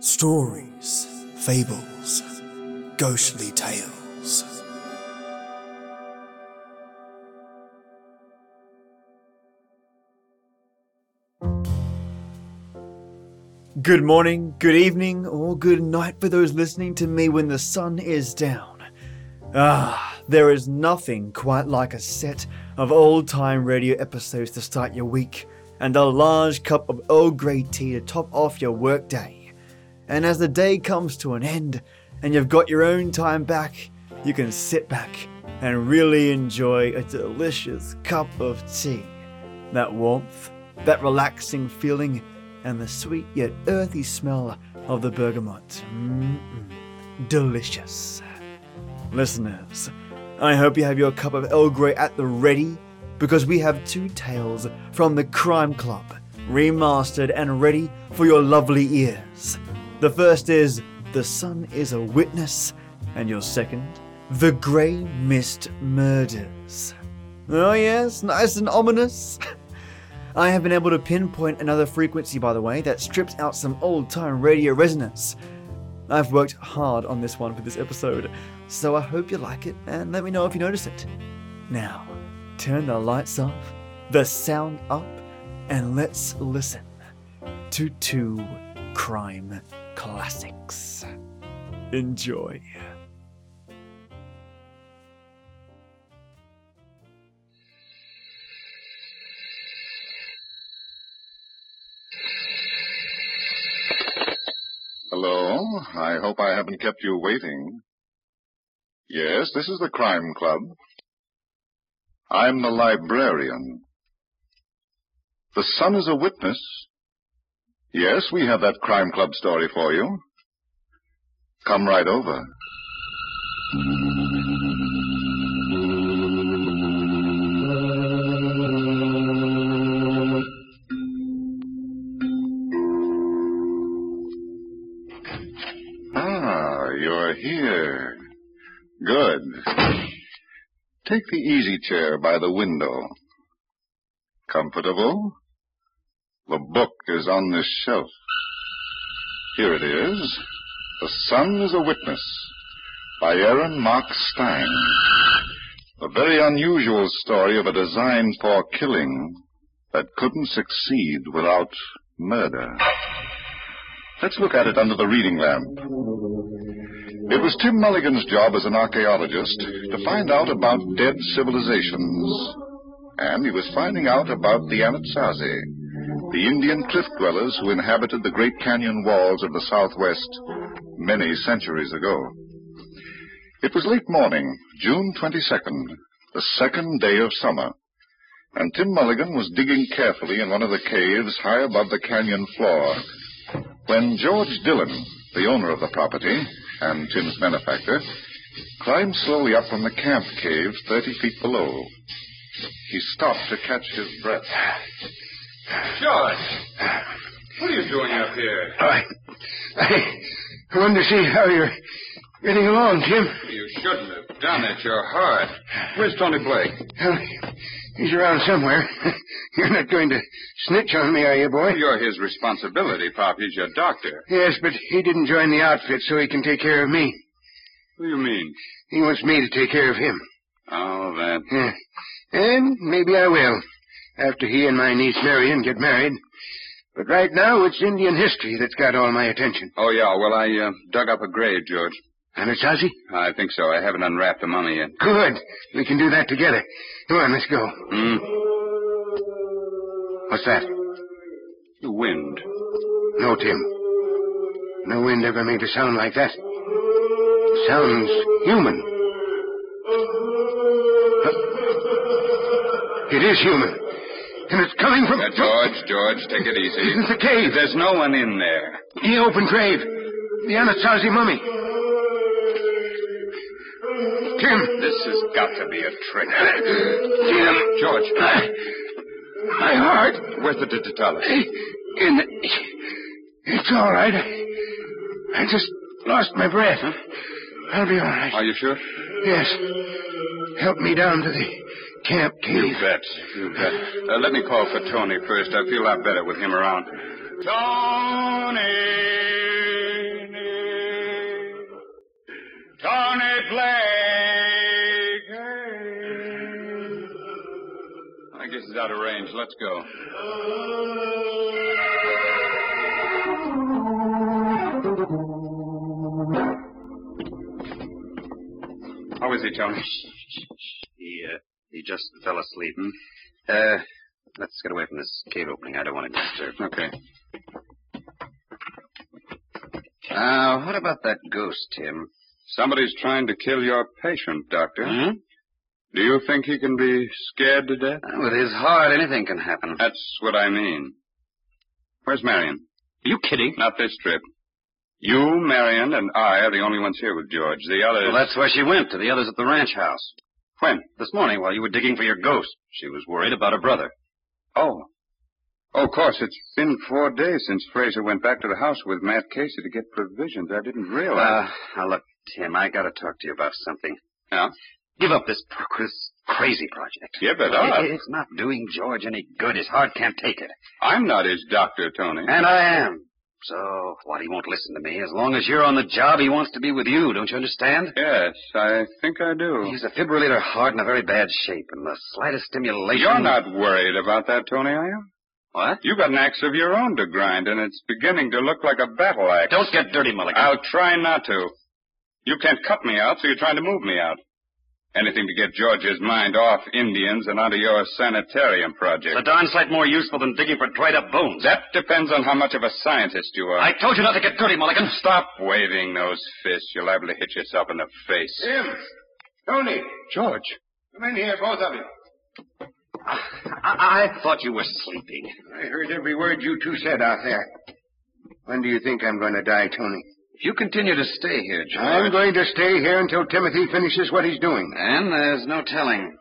Stories, fables, ghostly tales. Good morning, good evening, or good night for those listening to me when the sun is down. Ah, there is nothing quite like a set of old time radio episodes to start your week, and a large cup of Earl Grey tea to top off your workday. And as the day comes to an end, and you've got your own time back, you can sit back and really enjoy a delicious cup of tea. That warmth, that relaxing feeling, and the sweet yet earthy smell of the bergamot. Mm-mm. Delicious. Listeners, I hope you have your cup of Earl Grey at the ready because we have two tales from the Crime Club remastered and ready for your lovely ears. The first is The Sun is a Witness, and your second, The Grey Mist Murders. Oh, yes, nice and ominous. I have been able to pinpoint another frequency, by the way, that strips out some old time radio resonance. I've worked hard on this one for this episode, so I hope you like it and let me know if you notice it. Now, turn the lights off, the sound up, and let's listen to two crime classics. Enjoy. Hello. I hope I haven't kept you waiting. Yes, this is the Crime Club. I'm the librarian. The son is a witness. Yes, we have that Crime Club story for you. Come right over. Ah, you're here. Good. Take the easy chair by the window. Comfortable? The book is on this shelf. Here it is. The Sun is a Witness by Aaron Mark Stein. A very unusual story of a design for killing that couldn't succeed without murder. Let's look at it under the reading lamp. It was Tim Mulligan's job as an archaeologist to find out about dead civilizations. And he was finding out about the Anasazi, the Indian cliff dwellers who inhabited the Great Canyon walls of the Southwest many centuries ago. It was late morning, June 22nd, the second day of summer, and Tim Mulligan was digging carefully in one of the caves high above the canyon floor when George Dillon, the owner of the property and Tim's benefactor, climbed slowly up from the camp cave 30 feet below. He stopped to catch his breath. George, what are you doing up here? I, I wanted to see how you're getting along, Tim. You shouldn't have done it. You're hard. Where's Tony Blake? Well, he's around somewhere. You're not going to snitch on me, are you, boy? You're his responsibility, Pop. He's your doctor. Yes, but he didn't join the outfit so he can take care of me. What do you mean? He wants me to take care of him. Oh, that. Yeah. And maybe I will, after he and my niece Marion get married. But right now, it's Indian history that's got all my attention. Oh, yeah. Well, I uh, dug up a grave, George. Anasazi? I think so. I haven't unwrapped the mummy yet. Good. We can do that together. Come on, let's go. Hmm? What's that? The wind. No, Tim. No wind ever made a sound like that. Sounds human. Huh. It is human. And it's coming from. Uh, George, George, take it easy. It's the cave. There's no one in there. The open grave. The Anasazi mummy. Tim. This has got to be a trick. Tim. George, My heart. where's the digitalis? In the... It's all right. I just lost my breath. I'll be all right. Are you sure? Yes. Help me down to the camp You cave. bet. You bet. Uh, let me call for Tony first. I feel a lot better with him around. Tony! out of range. Let's go. How is he, Tony? He, uh, he just fell asleep. Uh, let's get away from this cave opening. I don't want to get disturbed. Okay. Now, Uh, what about that ghost, Tim? Somebody's trying to kill your patient, Doctor. Hmm? Do you think he can be scared to death? Uh, With his heart, anything can happen. That's what I mean. Where's Marion? Are you kidding? Not this trip. You, Marion, and I are the only ones here with George. The others. Well, that's where she went, to the others at the ranch house. when? This morning, while you were digging for your ghost, she was worried about her brother. Oh. Oh, of course, it's been four days since Fraser went back to the house with Matt Casey to get provisions. I didn't realize. Uh, now look, Tim, I gotta talk to you about something. Yeah? Give up this, pro- this crazy project. Give it It- up? it- it's not doing George any good. His heart can't take it. I'm not his doctor, Tony. And I am. So, what, he won't listen to me. As long as you're on the job, he wants to be with you. Don't you understand? Yes, I think I do. He's a fibrillator heart in a very bad shape, and the slightest stimulation. You're not worried about that, Tony, are you? What? You've got an axe of your own to grind, and it's beginning to look like a battle axe. Don't get dirty, Mulligan. I'll try not to. You can't cut me out, so you're trying to move me out. Anything to get George's mind off Indians and onto your sanitarium project. The darn sight more useful than digging for dried up bones. that depends on how much of a scientist you are. I told you not to get dirty, Mulligan. Stop waving those fists. You're liable to hit yourself in the face. Tim! Tony! George. Come in here, both of you. I, I thought you were sleeping. I heard every word you two said out there. When do you think I'm going to die, Tony? If you continue to stay here, George. I'm going to stay here until Timothy finishes what he's doing. And there's no telling.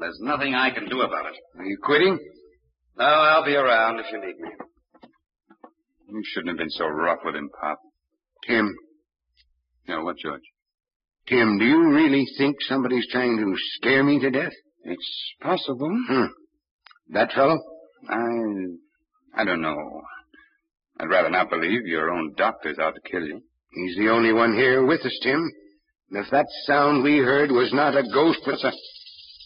There's nothing I can do about it. Are you quitting? No, I'll be around if you need me. You shouldn't have been so rough with him, Pop. Tim, You know what, George? Tim, do you really think somebody's trying to scare me to death? It's possible. Hmm. That fellow? I. I don't know. I'd rather not believe your own doctor's out to kill you. He's the only one here with us, Tim. And if that sound we heard was not a ghost, but a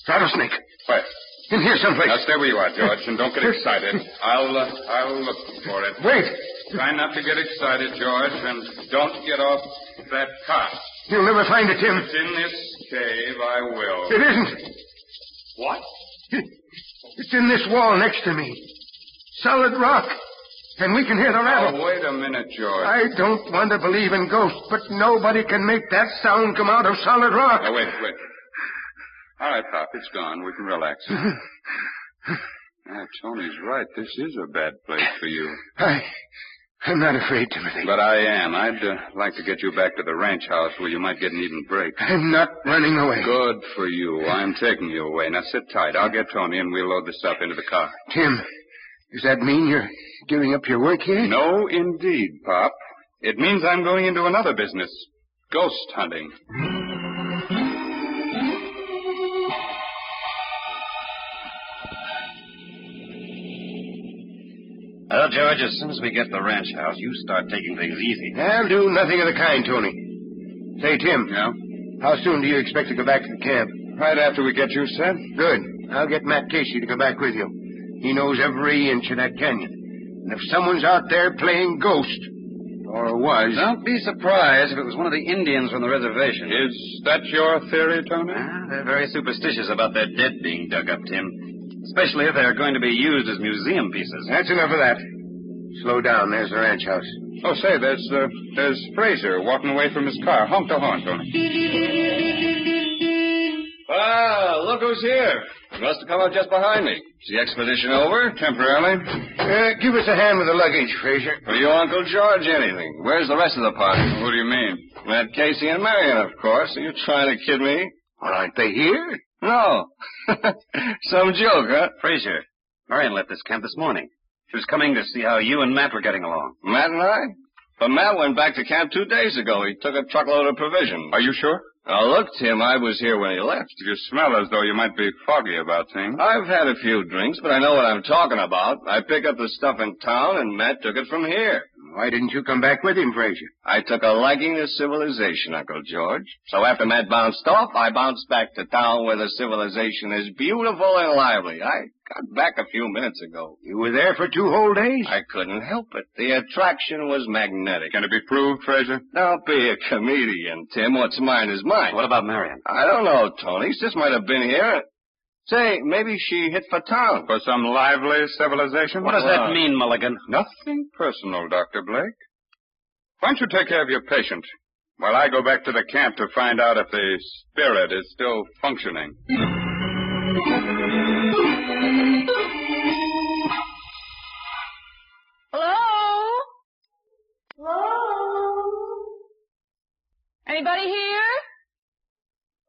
rattlesnake. What? In here someplace. Now stay where you are, George, and don't get excited. I'll uh, I'll look for it. Wait! Try not to get excited, George, and don't get off that cot. You'll never find it, Tim. If it's in this cave, I will. It isn't. What? It's in this wall next to me. Solid rock. And we can hear the rattle. Now, Oh, wait a minute, George. I don't want to believe in ghosts, but nobody can make that sound come out of solid rock. Now, wait, wait. All right, Pop, it's gone. We can relax. now, Tony's right. This is a bad place for you. I, I'm not afraid, Timothy. But I am. I'd uh, like to get you back to the ranch house where you might get an even break. I'm not running away. Good for you. I'm taking you away. Now sit tight. I'll get Tony and we'll load this up into the car. Tim, does that mean you're giving up your work here? No, indeed, Pop. It means I'm going into another business ghost hunting. Well, George, as soon as we get to the ranch house, you start taking things easy. I'll do nothing of the kind, Tony. Say, Tim, Yeah? how soon do you expect to go back to the camp? Right after we get you set? Good. I'll get Matt Casey to go back with you. He knows every inch of that canyon. And if someone's out there playing ghost, or was, Don't be surprised Ah, if it was one of the Indians from the reservation. Is that your theory, Tony? Ah, they're very superstitious about their dead being dug up, Tim. Especially if they're going to be used as museum pieces. that's enough of that. Slow down. There's the ranch house. Oh, say, there's uh, there's Fraser walking away from his car. Honk the horn, Tony. Ah, look who's here. He must have come out just behind me. Is the expedition over? Temporarily. Uh, give us a hand with the luggage, Fraser. Are you Uncle George anything? Where's the rest of the party? What do you mean? Matt Casey and Marion, of course. Are you trying to kid me? Well, aren't they here? No. Some joke, huh? Fraser, Marion left this camp this morning. She was coming to see how you and Matt were getting along. Matt and I? But Matt went back to camp two days ago. He took a truckload of provisions. Are you sure? Now, look, Tim, I was here when he left. You smell as though you might be foggy about things. I've had a few drinks, but I know what I'm talking about. I pick up the stuff in town, and Matt took it from here. Why didn't you come back with him, Frazier? I took a liking to civilization, Uncle George. So after Matt bounced off, I bounced back to town where the civilization is beautiful and lively. I got back a few minutes ago. You were there for two whole days? I couldn't help it. The attraction was magnetic. Can it be proved, Fraser? Don't be a comedian, Tim. What's mine is mine. What about Marion? I don't know, Tony. Sis might have been here. Say, maybe she hit for town. For some lively civilization? Well, mean, Mulligan? Nothing personal, Dr. Blake. Why don't you take care of your patient while I go back to the camp to find out if the spirit is still functioning? Hello? Hello? Anybody here?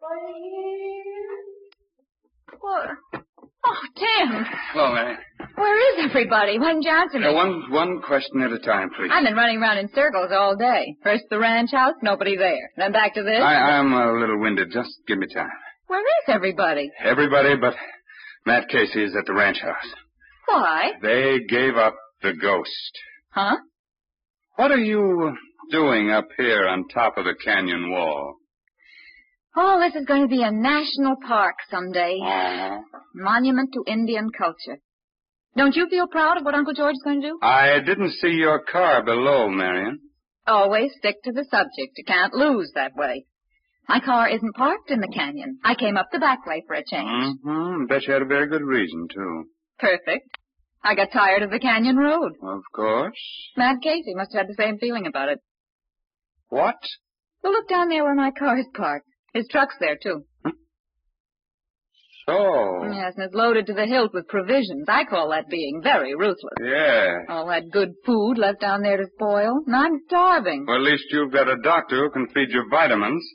Anybody here? What? Oh, Tim, Hello, uh, Mary. where is everybody? Why didn't you answer me? one, one question at a time, please. I've been running around in circles all day. First the ranch house, nobody there. Then back to this. I, I'm a little winded. Just give me time. Where is everybody? Everybody but Matt Casey is at the ranch house. Why? They gave up the ghost. Huh? What are you doing up here on top of the canyon wall? Oh, this is going to be a national park someday. Uh-huh. Monument to Indian culture. Don't you feel proud of what Uncle George is going to do? I didn't see your car below, Marion. Always stick to the subject. You can't lose that way. My car isn't parked in the canyon. I came up the back way for a change. Mm-hmm. Bet you had a very good reason, too. Perfect. I got tired of the canyon road. Of course. Mad Casey must have had the same feeling about it. What? Well, look down there where my car is parked. His truck's there, too. So. Yes, and it's loaded to the hilt with provisions. I call that being very ruthless. Yeah. All that good food left down there to spoil, and I'm starving. Well, at least you've got a doctor who can feed you vitamins.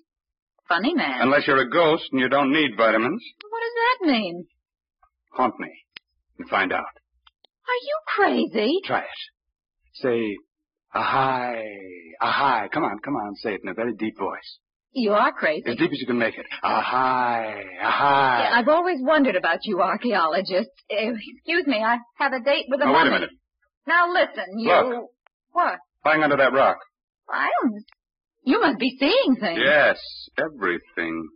Funny man. Unless you're a ghost and you don't need vitamins. What does that mean? Haunt me and find out. Are you crazy? Try it. Say, ahai, ahai. Come on, come on. Say it in a very deep voice. You are crazy. As deep as you can make it. Ahai, ahai. Yeah, I've always wondered about you archaeologists. Eh, excuse me, I have a date with a now, Oh, wait a mummy. minute. Now listen, you. Look. What? Hang under that rock. I don't. You must be seeing things. Yes, everything.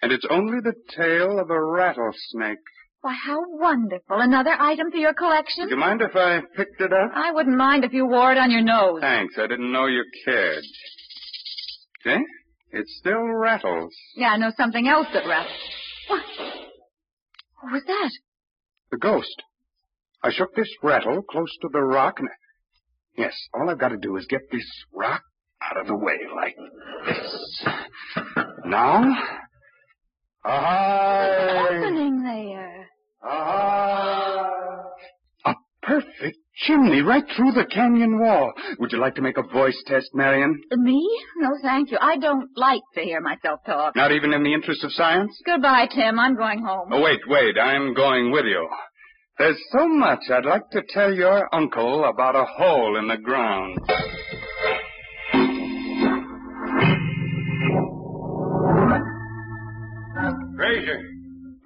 And it's only the tail of a rattlesnake. Why, how wonderful. Another item for your collection? Would you mind if I picked it up? I wouldn't mind if you wore it on your nose. Thanks, I didn't know you cared. See? It still rattles. Yeah, I know something else that wraps. What? What was that? The ghost. I shook this rattle close to the rock and. Yes, all I've got to do is get this rock out of the way like this. Now. Ahai! Opening there. Ahai! A perfect chimney right through the canyon wall. Would you like to make a voice test, Marion? Me? No, thank you. I don't like to hear myself talk. Not even in the interest of science? Goodbye, Tim. I'm going home. Oh, wait, wait. I'm going with you. There's so much I'd like to tell your uncle about a hole in the ground. Frazier.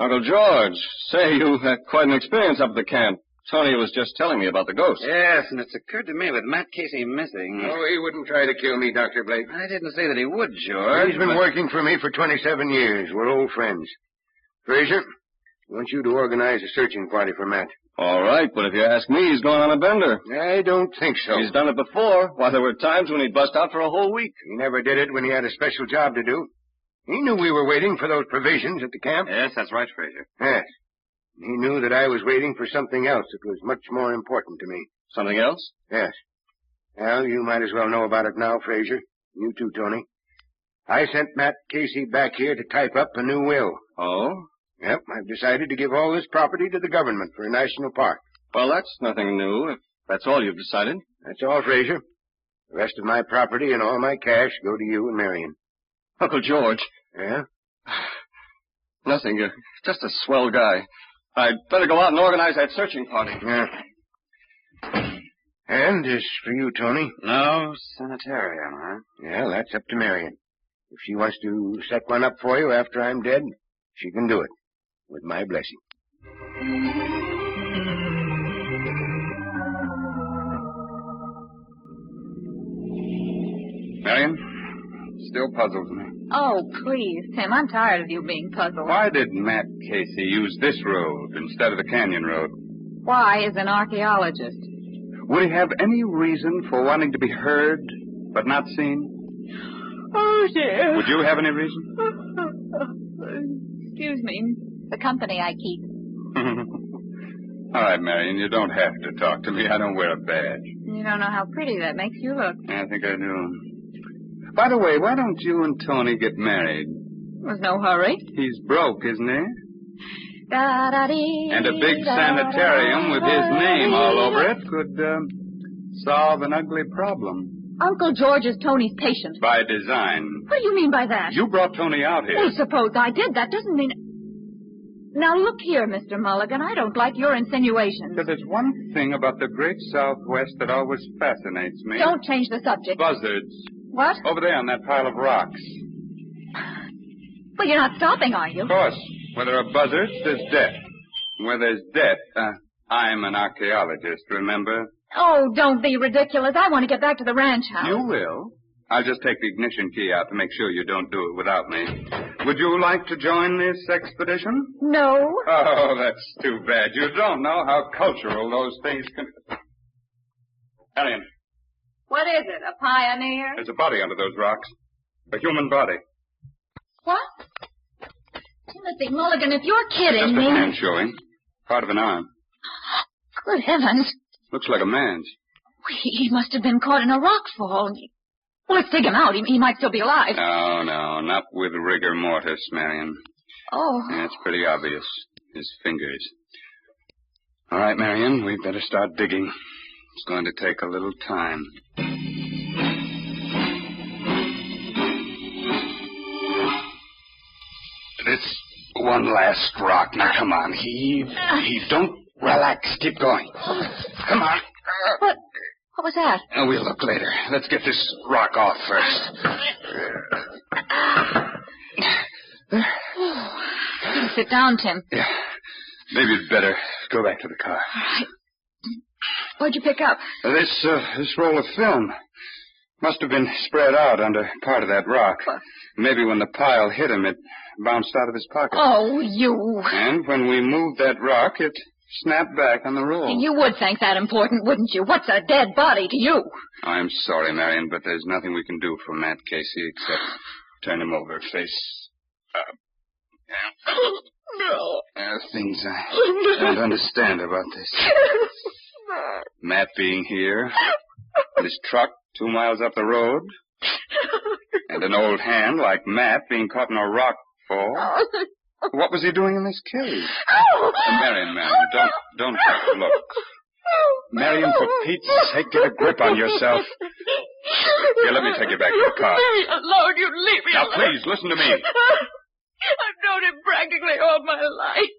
Uncle George, say you had quite an experience up at the camp. Tony was just telling me about the ghost. Yes, and it's occurred to me with Matt Casey missing. Oh, he wouldn't try to kill me, Dr. Blake. I didn't say that he would, George. He's been but- working for me for 27 years. We're old friends. Frazier, I want you to organize a searching party for Matt. All right, but if you ask me, he's going on a bender. I don't think so. He's done it before. Why, there were times when he'd bust out for a whole week. He never did it when he had a special job to do. He knew we were waiting for those provisions at the camp. Yes, that's right, Frazier. Yes. And He knew that I was waiting for something else that was much more important to me. Something else? Yes. Well, you might as well know about it now, Frazier. You too, Tony. I sent Matt Casey back here to type up a new will. Oh? Yep, I've decided to give all this property to the government for a national park. Well, that's nothing new. If that's all you've decided. That's all, Frazier. The rest of my property and all my cash go to you and Marion. Uncle George, Yeah? nothing. You're just a swell guy. I'd better go out and organize that searching party. Yeah. And as for you, Tony, No Oh, sanitarium, huh? well, that's up to Marion. If she wants to set one up for you after I'm dead, she can do it. With my blessing. still puzzles me. Oh, please, Tim, I'm tired of you being puzzled. Why did Matt Casey use this road instead of the canyon road? Why is an archaeologist? Would he have any reason for wanting to be heard but not seen? Oh, dear. Would you have any reason? Excuse me. The company I keep. All right, Marion, you don't have to talk to me. I don't wear a badge. You don't know how pretty that makes you look. I think I do. By the way, why don't you and Tony get married? There's no hurry. He's broke, isn't he? Da-da-dee, And a big sanitarium with his name all over it could uh, solve an ugly problem Uncle George is Tony's patient. by design. What do you mean by that? You brought Tony out Well, here. suppose I did. That doesn't mean. Now look here, Mr. Mulligan. I don't like your insinuations. Because there's one thing about the great Southwest that always fascinates me. Oh. Don't change the subject. Buzzards. What? Over there on that pile of rocks. Well, you're not stopping, are you? Of course, where there are buzzards, there's death. And Where there's death, uh, I'm an archaeologist, remember? Oh, don't be ridiculous. I want to get back to the ranch house. You will. I'll just take the ignition key out to make sure you don't do it without me. Would you like to join this expedition? No. Oh, that's too bad. You don't know how cultural those things can. Alien, What is it? A pioneer? there's a body under those rocks. A human body. What? Timothy Mulligan, if you're Just kidding a hand me. showing. Part of an arm. Good heavens. Looks like a man's. He, he must have been caught in a rock fall. Well, let's dig him out. He, he might still be alive. No, no, not with rigor mortis, Marion. Oh. That's pretty obvious. His fingers. All right, Marion, we'd better start digging. It's going to take a little time. This one last rock. Now, come on. Heave, heave. Don't relax. Keep going. Come on. What? What was that? Uh, We'll look later. Let's get this rock off first. Sit down, Tim. Yeah. Maybe you'd better go back to the car. What'd you pick up? Uh, This, uh, this roll of film must have been spread out under part of that rock. Maybe when the pile hit him, it bounced out of his pocket. Oh, you. And when we moved that rock, it snapped back on the roll. You would think that important, wouldn't you? What's a dead body to you? I'm sorry, Marion, but there's nothing we can do for Matt Casey except turn him over face. No. There are Uh, things I don't understand about this. Matt being here, and his truck two miles up the road, and an old hand like Matt being caught in a rock fall. Oh. What was he doing in this cave? Marion, Marion, don't, don't look. Marion, for Pete's sake, get a grip on yourself. Here, let me take you back to the car. Leave me alone. You leave me Now, alone. please, listen to me. I've known him practically all my life.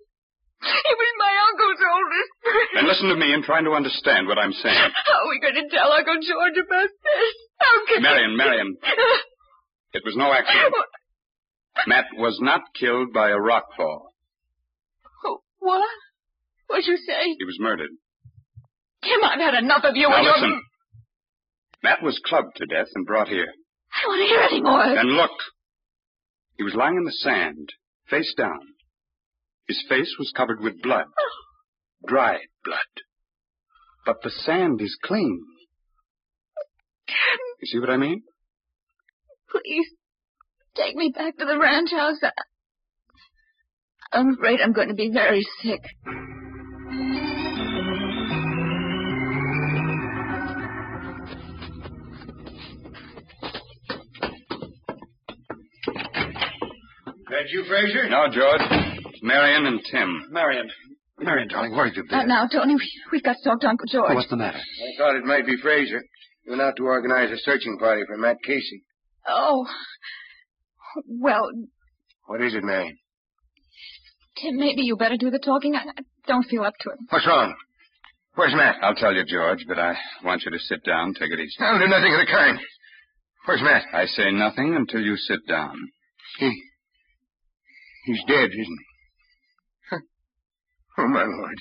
He was my uncle's oldest friend. And listen to me in trying to understand what I'm saying. How are we going to tell Uncle George about this? How can Marion, Marion, it was no accident. Matt was not killed by a rock fall. What? What'd you say? He was murdered. Tim, I've had enough of you Now and your... listen. Matt was clubbed to death and brought here. I don't want to hear any more. And look. He was lying in the sand, face down. His face was covered with blood. Dried blood. But the sand is clean. You see what I mean? Please, take me back to the ranch house. I- I'm afraid I'm going to be very sick. That you, Fraser? No, George. It's Marion and Tim. Marion. Marion, darling, where have you Not been? now, Tony. We- We've got to talk to Uncle George. What's the matter? I thought it might be Fraser. You went out to organize a searching party for Matt Casey. Oh. Well, What is it, Marion? Tim, maybe you better do the talking. I I don't feel up to it. What's wrong? Where's Matt? I'll tell you, George, but I want you to sit down, take it easy. I'll do nothing of the kind. Where's Matt? I say nothing until you sit down. He, he's dead, isn't he? Oh, my Lord.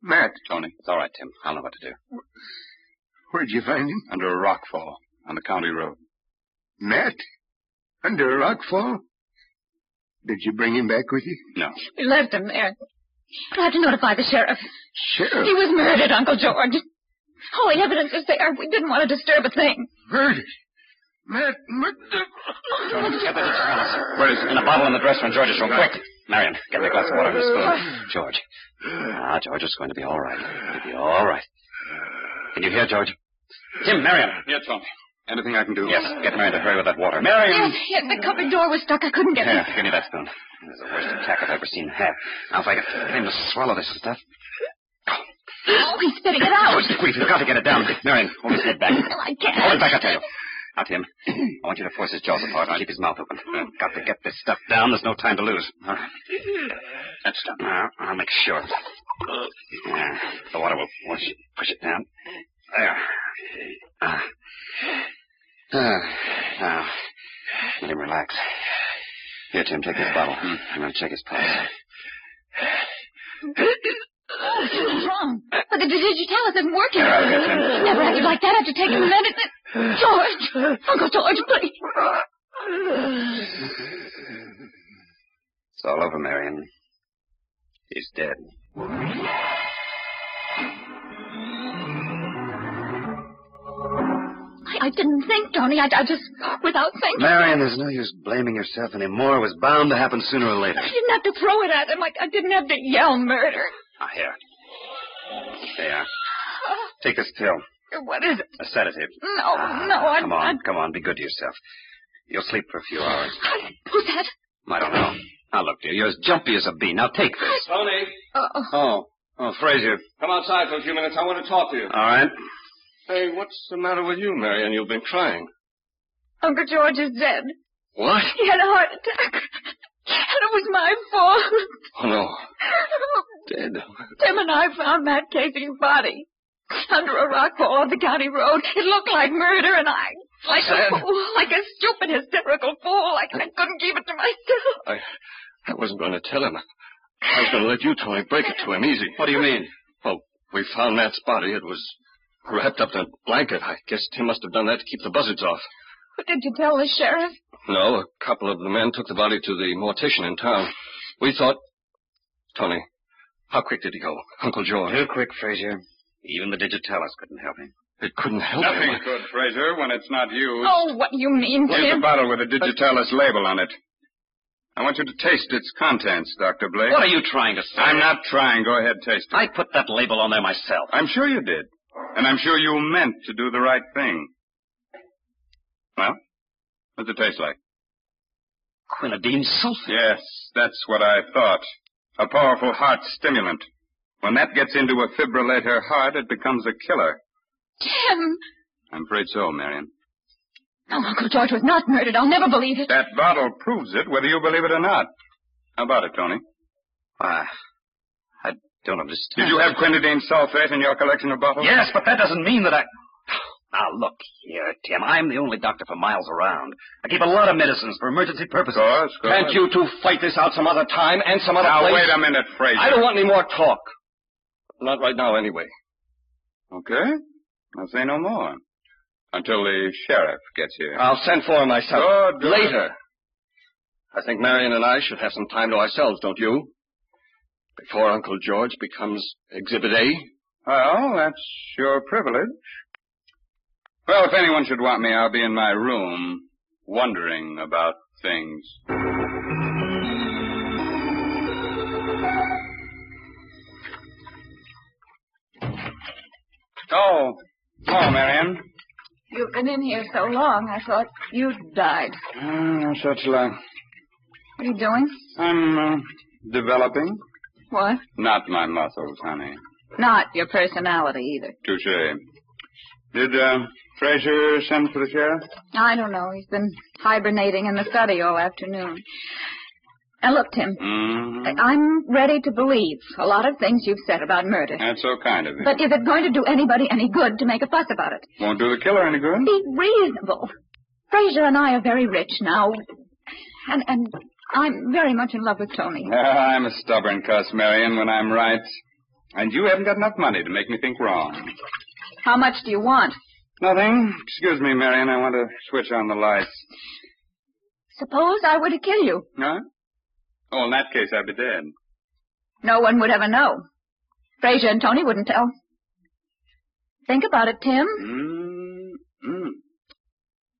Matt, Tony, it's all right, Tim. I'll know what to do. where'd you find him? Under a rock fall on the county road. Matt? Under a rock fall? Did you bring him back with you? No. We left him there. I had to notify the sheriff. Sheriff. He was murdered, Uncle George. All the evidence is there. We didn't want to disturb a thing. Murdered. Matt murdered. Get that glass. Where is it? In a bottle in the dresser in George's room. Quick. Marion, get that glass of water and a spoon. George. Ah, George, it's going to be all right. It'll be all right. Can you hear, George? Tim, Marion. Here, Tom. Anything I can do? Yes, get Marion to hurry with that water. Marion! Yes, yes, the cupboard door was stuck. I couldn't get Here, it. give me that spoon. This is the worst attack I've ever seen have. Now, if I can get him to swallow this stuff. Oh, he's spitting it out. George, quick, you've got to get it down. Marion, hold his head back. No, Hold I can't. it back, I tell you. Now, Tim, I want you to force his jaws apart and keep his mouth open. Got to get this stuff down. There's no time to lose. All right. That's done. Now, I'll make sure. Yeah, the water will push it, push it down. There. Ah. Ah, now, let him relax. Here, Tim, take this bottle. I'm going to check his pulse. Oh, something's wrong. But the digitalis isn't working. Here, I'll get him. Never acted like that after taking the medicine. George! Uncle George, please. It's all over, Marion. He's dead. I, I didn't think, Tony. I, I just, without thinking, Marion, there's no use blaming yourself anymore. It was bound to happen sooner or later. I didn't have to throw it at him. I, I didn't have to yell murder. Ah, here. There. Take this pill, What is it? a sedative. No, Ah, no, I, Come I, on, come on, be good to yourself. You'll sleep for a few hours. who's that? I don't know. Now, look, dear, you're as jumpy as a bee. Now, take this. Tony, Oh, Oh, oh, Frazier. come outside for a few minutes. I want to talk to you. All right. Hey, what's the matter with you, Marion? You've been crying. Uncle George is dead. What? He had a heart attack. And it was my fault. Oh, no. Dead. Tim and I found Matt Casey's body under a rock fall on the county road. It looked like murder, and I, like a fool, like a stupid, hysterical fool, like I couldn't keep it to myself. I, I wasn't going to tell him. I was going to let you, Tony, break it to him easy. What do you mean? Well, we found Matt's body. It was wrapped up in a blanket. I guess Tim must have done that to keep the buzzards off. What did you tell the sheriff? No, a couple of the men took the body to the mortician in town. We thought. Tony, how quick did he go? Uncle George. Too quick, Frazier. Even the digitalis couldn't help him. It couldn't help Nothing him. good, Fraser, when it's not used. Oh, what do you mean, Here's a Tim? bottle with a digitalis label on it. I want you to taste its contents, Dr. Blake. What are you trying to say? I'm not trying. Go ahead, taste it. I put that label on there myself. I'm sure you did. And I'm sure you meant to do the right thing. Well, what's it taste like? Quinidine sulfate. Yes, that's what I thought. A powerful heart stimulant. When that gets into a fibrillator heart, it becomes a killer. Tim! I'm afraid so, Marion. No, Uncle George was not murdered. I'll never believe it. That bottle proves it, whether you believe it or not. How about it, Tony? Ah, I don't Did understand. you have quinidine sulfate in your collection of bottles? Yes, but that doesn't mean that I. Now look here, Tim. I'm the only doctor for miles around. I keep a lot of medicines for emergency purposes. Of course, of course. Can't you two fight this out some other time and some other Now, place? wait a minute, Fraser. I don't want any more talk. Not right now, anyway. Okay. I'll say no more. Until the sheriff gets here. I'll send for him myself. Good, good. Later. I think Marion and I should have some time to ourselves, don't you? Before Uncle George becomes Exhibit A. Well, that's your privilege. Well, if anyone should want me, I'll be in my room, wondering about things. Oh, hello, Marion. You've been in here so long, I thought you'd died. Ah, Mm, such luck. What are you doing? I'm uh, developing. What? Not my muscles, honey. Not your personality either. Touche. Did uh, Fraser send for the sheriff? I don't know. He's been hibernating in the study all afternoon. Now, look, Tim. Mm, I- I'm ready to believe a lot of things you've said about murder. that's so kind of you. But is it going to do anybody any good to make a fuss about it? Won't do the killer any good. Be reasonable. Fraser and I are very rich now. And and I'm very much in love with Tony. Ah, I'm a stubborn cuss, Marion, when I'm right. And you haven't got enough money to make me think wrong. How much do you want? Nothing. Excuse me, Marion. I want to switch on the lights. Suppose I were to kill you. Huh? Oh, in that case, I'd be dead. No one would ever know. Fraser and Tony wouldn't tell. Think about it, Tim. Mm-mm. mm-hmm.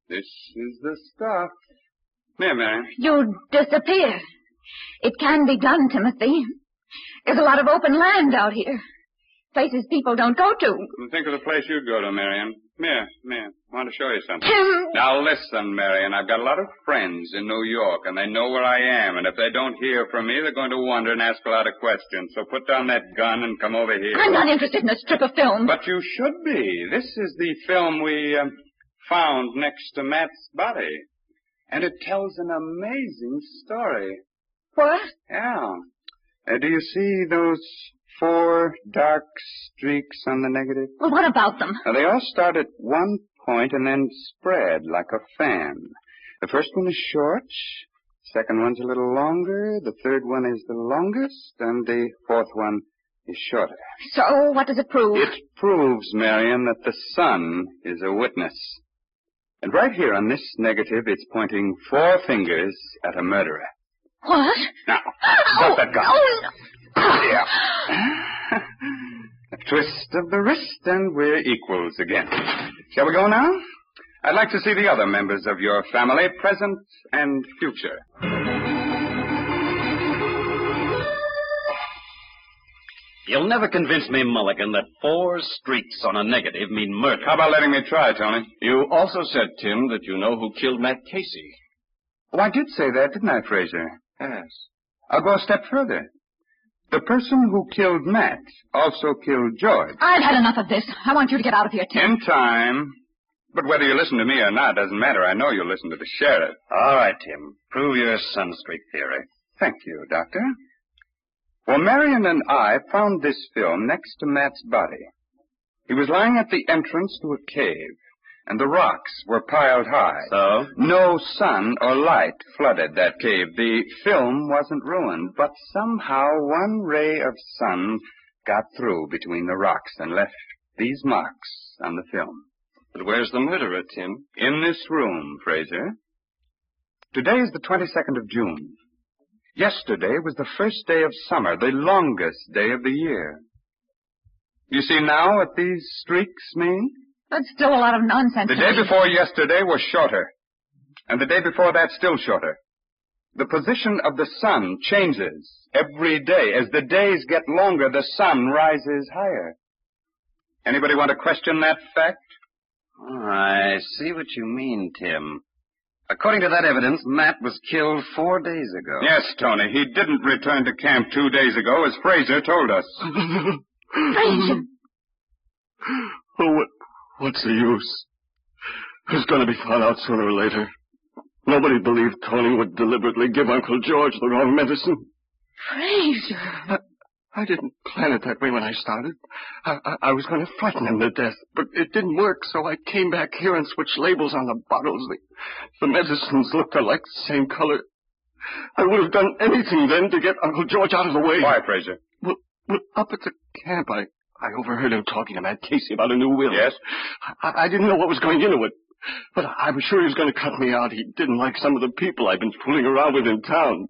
This is the stuff. Here, Mary. You'd disappear. It can be done, Timothy. There's a lot of open land out here. Places people don't go to. Think of the place you'd go to, Marion. Here, here. I want to show you something. Tim! Now listen, Marion. I've got a lot of friends in New York, and they know where I am. And if they don't hear from me, they're going to wonder and ask a lot of questions. So put down that gun and come over here. I'm not interested in a strip of film. But you should be. This is the film we um, found next to Matt's body. And it tells an amazing story. What? Yeah. Uh, do you see those four dark streaks on the negative? Well, what about them? Now, they all start at one point and then spread like a fan. The first one is short, second one's a little longer, the third one is the longest, and the fourth one is shorter. So, what does it prove? It proves, Marion, that the sun is a witness. And right here on this negative, it's pointing four fingers at a murderer. What? Now, drop that gun. Oh, no. Yeah. A twist of the wrist, and we're equals again. Shall we go now? I'd like to see the other members of your family, present and future. You'll never convince me, Mulligan, that four streaks on a negative mean murder. How about letting me try, Tony? You also said, Tim, that you know who killed Matt Casey. Oh, I did say that, didn't I, Fraser? Yes. I'll go a step further. The person who killed Matt also killed George. I've had enough of this. I want you to get out of here, Tim. In time. But whether you listen to me or not doesn't matter. I know you'll listen to the sheriff. All right, Tim. Prove your sunstreak theory. Thank you, Doctor. Well, Marion and I found this film next to Matt's body. He was lying at the entrance to a cave, and the rocks were piled high. So? No sun or light flooded that cave. The film wasn't ruined, but somehow one ray of sun got through between the rocks and left these marks on the film. But where's the murderer, Tim? In this room, Fraser. Today is the 22nd of June. Yesterday was the first day of summer, the longest day of the year. You see now what these streaks mean? That's still a lot of nonsense. The to day me. before yesterday was shorter, and the day before that still shorter. The position of the sun changes every day. As the days get longer, the sun rises higher. Anybody want to question that fact? I see what you mean, Tim. According to that evidence, Matt was killed four days ago. Yes, Tony. He didn't return to camp two days ago, as Fraser told us. Oh, Fraser. Oh, what, what's the use? It's going to be found out sooner or later. Nobody believed Tony would deliberately give Uncle George the wrong medicine. Fraser. I didn't plan it that way when I started. I, I, I was going to frighten him to death, but it didn't work, so I came back here and switched labels on the bottles. The, the medicines looked alike, the same color. I would have done anything then to get Uncle George out of the way. Why, Fraser? Well, well, up at the camp, I, I overheard him talking to Matt Casey about a new will. Yes? I, I didn't know what was going into it, but I, I was sure he was going to cut me out. He didn't like some of the people I've been fooling around with in town.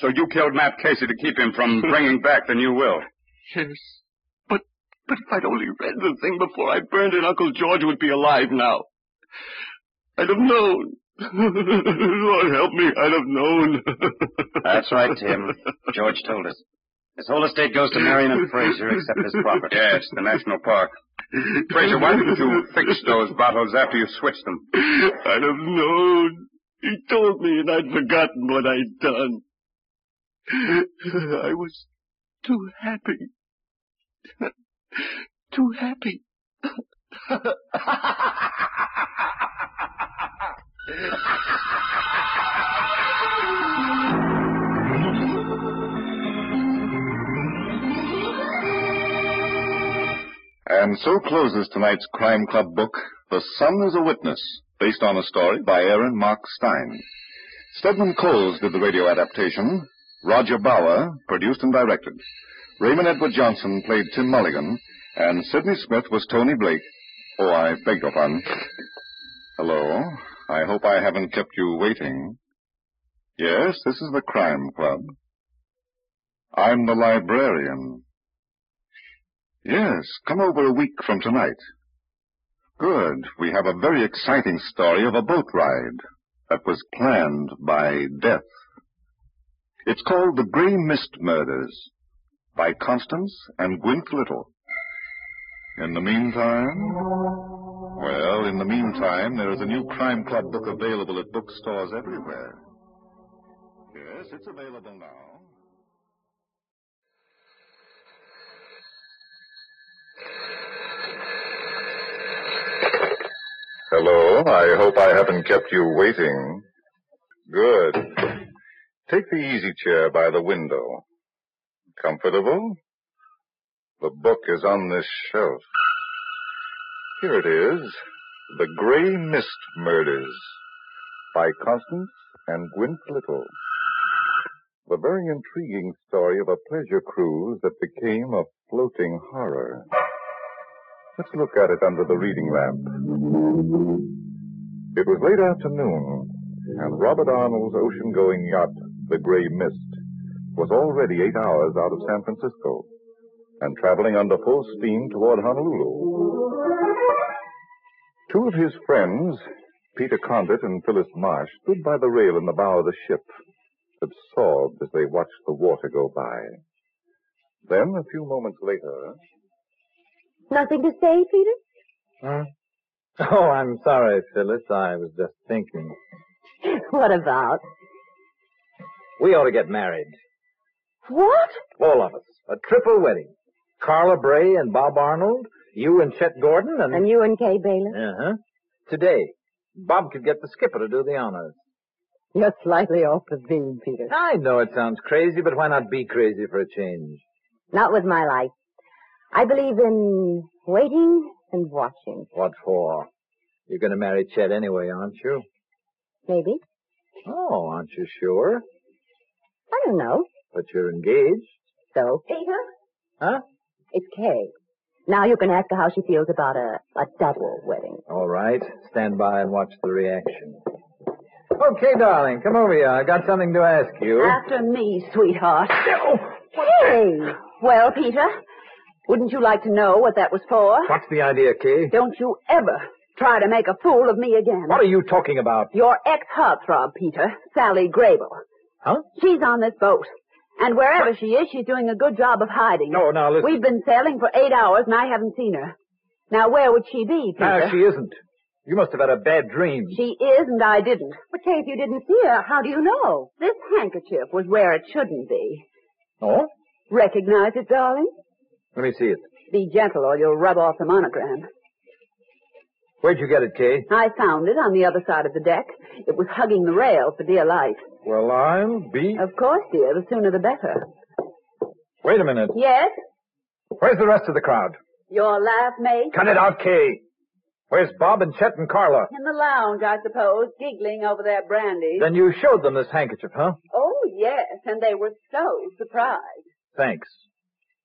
So you killed Matt Casey to keep him from bringing back the new will. Yes, but but if I'd only read the thing before I burned it, Uncle George would be alive now. I'd have known. Lord help me, I'd have known. That's right, Tim. George told us. This whole estate goes to Marion and Fraser, except his property. Yes, the National Park. Fraser, why didn't you fix those bottles after you switched them? I'd have known. He told me, and I'd forgotten what I'd done. I was too happy. Too happy. And so closes tonight's Crime Club book, The Sun is a Witness, based on a story by Aaron Mark Stein. Stedman Coles did the radio adaptation. Roger Bauer produced and directed. Raymond Edward Johnson played Tim Mulligan, and Sidney Smith was Tony Blake. Oh, I beg your pardon. Hello. I hope I haven't kept you waiting. Yes, this is the crime club. I'm the librarian. Yes, come over a week from tonight. Good. We have a very exciting story of a boat ride that was planned by death. It's called The Grey Mist Murders by Constance and Gwynth Little. In the meantime, well, in the meantime, there is a new crime club book available at bookstores everywhere. Yes, it's available now. Hello. I hope I haven't kept you waiting. Good. Take the easy chair by the window. Comfortable? The book is on this shelf. Here it is The Grey Mist Murders by Constance and Gwynth Little. The very intriguing story of a pleasure cruise that became a floating horror. Let's look at it under the reading lamp. It was late afternoon, and Robert Arnold's ocean going yacht, the Gray Mist, was already eight hours out of San Francisco and traveling under full steam toward Honolulu. Two of his friends, Peter Condit and Phyllis Marsh, stood by the rail in the bow of the ship, absorbed as they watched the water go by. Then, a few moments later, Nothing to say, Peter? Huh? Oh, I'm sorry, Phyllis. I was just thinking. What about? We ought to get married. What? All of us. A triple wedding. Carla Bray and Bob Arnold, Hmm. you and Chet Gordon, and. And you and Kay Baylor? Uh huh. Today. Bob could get the skipper to do the honors. You're slightly off the beam, Peter. I know it sounds crazy, but why not be crazy for a change? Not with my life. I believe in waiting and watching. What for? You're going to marry Chet anyway, aren't you? Maybe. Oh, aren't you sure? I don't know. But you're engaged. So? Peter? Huh? It's Kay. Now you can ask her how she feels about a, a double wedding. All right. Stand by and watch the reaction. Okay, darling, come over here. I got something to ask you. After me, sweetheart. Hey! Well, Peter, wouldn't you like to know what that was for? What's the idea, Kay? Don't you ever try to make a fool of me again. What are you talking about? Your ex-heartthrob, Peter, Sally Grable. Huh? She's on this boat. And wherever she is, she's doing a good job of hiding. No, now listen. We've been sailing for eight hours, and I haven't seen her. Now, where would she be, Peter? No, Ah, she isn't. You must have had a bad dream. She is, and I didn't. But, Kay, if you didn't see her, how do you know? This handkerchief was where it shouldn't be. Oh? Recognize it, darling? Let me see it. Be gentle, or you'll rub off the monogram. Where'd you get it, Kay? I found it on the other side of the deck. It was hugging the rail for dear life. Well, I'll be. Of course, dear. The sooner the better. Wait a minute. Yes? Where's the rest of the crowd? Your laugh, mate? Cut it out, Kay. Where's Bob and Chet and Carla? In the lounge, I suppose, giggling over their brandy. Then you showed them this handkerchief, huh? Oh, yes, and they were so surprised. Thanks.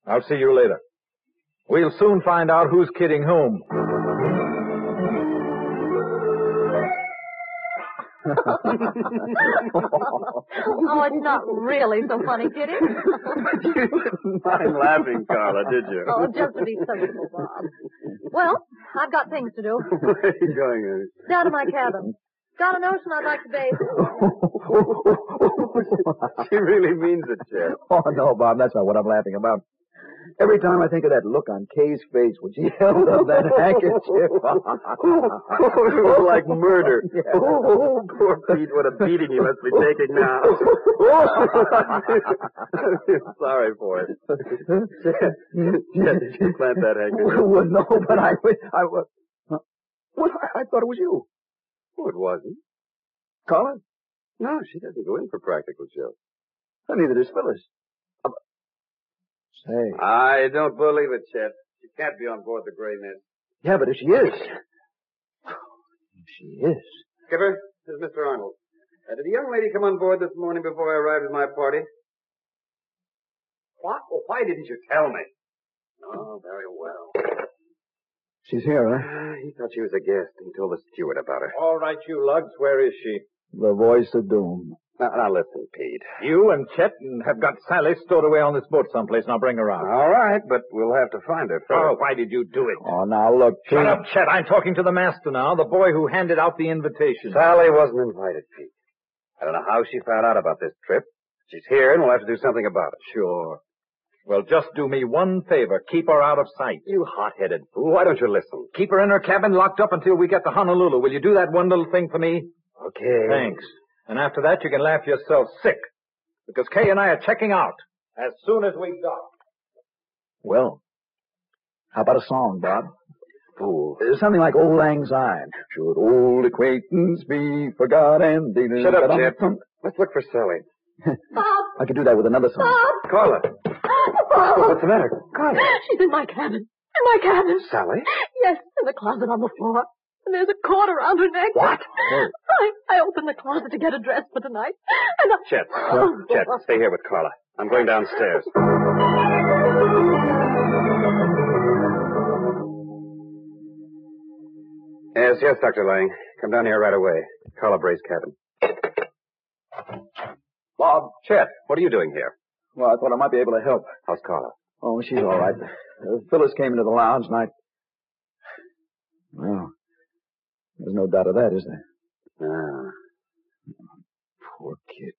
I'll see you later. We'll soon find out who's kidding whom. oh, it's not really so funny, Kitty. you didn't mind laughing, Carla, did you? oh, just to be sensible, Bob. Well, I've got things to do. Where are you going, Ernie? Down to my cabin. Got an ocean I'd like to bathe. she really means it, Jeff. Oh, no, Bob, that's not what I'm laughing about. Every time I think of that look on Kay's face when she held up that handkerchief. Oh, it was like murder. Oh, poor Pete, what a beating he must be taking now. I feel sorry for him. Jeff, did you plant that handkerchief? well, no, but I, I, was. well, I, I thought it was you. Oh, it wasn't. Colin? No, she doesn't go in for practical jokes. Well, neither does Phyllis. Um, Say. I don't believe it, Chet. She can't be on board the Grey Mist. Yeah, but if she is. If she is. Skipper, this is Mr. Arnold. Uh, did a young lady come on board this morning before I arrived at my party? What? Well, why didn't you tell me? Oh, very well. She's here, Uh, he thought she was a guest. He told the steward about her. All right, you lugs, where is she? The voice of doom. Now, now listen, Pete. You and Chet have got Sally stored away on this boat someplace. Now bring her out. All right, but we'll have to find her first. Oh, why did you do it? Oh, now look, Pete. Shut up, Chet. I'm talking to the master now, the boy who handed out the invitation. Sally wasn't invited, Pete. I don't know how she found out about this trip. She's here, and we'll have to do something about it. Sure. Well, just do me one favor. Keep her out of sight. You hot-headed fool. Why don't you listen? Keep her in her cabin locked up until we get to Honolulu. Will you do that one little thing for me? Okay. Thanks. And after that, you can laugh yourself sick. Because Kay and I are checking out as soon as we dock. Well, how about a song, Bob? Fool. Uh, Something like Old Lang Syne. Should old acquaintance be forgot and... Shut up, Chip. Let's look for Sally. I could do that with another song. Call her. Oh. What's the matter? Call her. She's in my cabin. In my cabin. Sally? Yes, in the closet on the floor. And there's a cord around her neck. What? I, I opened the closet to get her dressed for tonight. And I... Chet. Chet, stay here with Carla. I'm going downstairs. Yes, yes, Dr. Lang. Come down here right away. Carla Bray's cabin. Bob. Chet, what are you doing here? Well, I thought I might be able to help. How's Carla? Oh, she's all right. Uh, Phyllis came into the lounge and I... Well, there's no doubt of that, is there? Ah, Poor kid.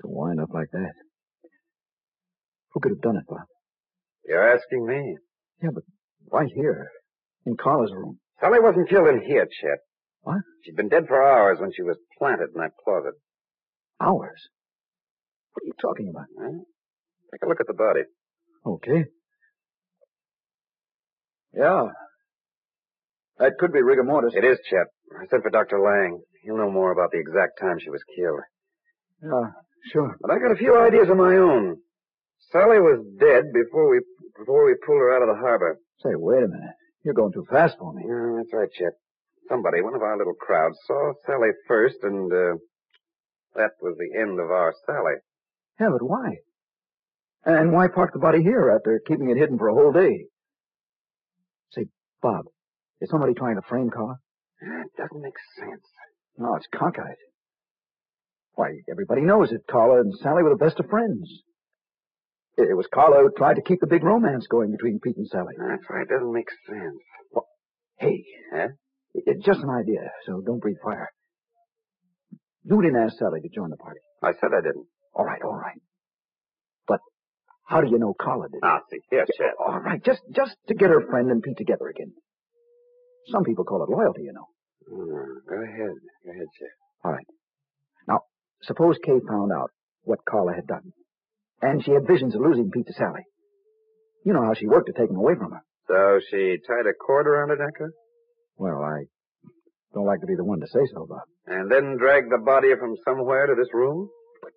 To wind up like that. Who could have done it, Bob? you're asking me. Yeah, but right here, in Carla's room. Sally wasn't killed in here, Chet. What? She'd been dead for hours when she was planted in that closet. Hours? What are you talking about? Huh? Take a look at the body. Okay. Yeah. That could be rigor mortis. It is, Chet. I sent for Dr. Lang. He'll know more about the exact time she was killed. Yeah, sure. But I got a few ideas of my own. Sally was dead before we before we pulled her out of the harbor. Say, wait a minute. You're going too fast for me. Yeah, that's right, Chet. Somebody, one of our little crowd, saw Sally first, and uh, that was the end of our Sally. Yeah, but why? And why park the body here after keeping it hidden for a whole day? Say, Bob, is somebody trying to frame Carla? It doesn't make sense. No, it's cockeyed. Why, everybody knows that Carla and Sally were the best of friends. It it was Carla who tried to keep the big romance going between Pete and Sally. That's right. It doesn't make sense. Hey, Huh? it- it's just an idea, so don't breathe fire. You didn't ask Sally to join the party. I said I didn't. All right, all right. But how do you know Carla did? it? Ah, see, here, Chet. All right, just just to get her friend and Pete together again. Some people call it loyalty, you know. Hmm, go ahead. Go ahead, Chet. Suppose Kay found out what Carla had done, and she had visions of losing Pete to Sally. You know how she worked to take him away from her. So she tied a cord around her neck, huh? Well, I don't like to be the one to say so, Bob. and then dragged the body from somewhere to this room?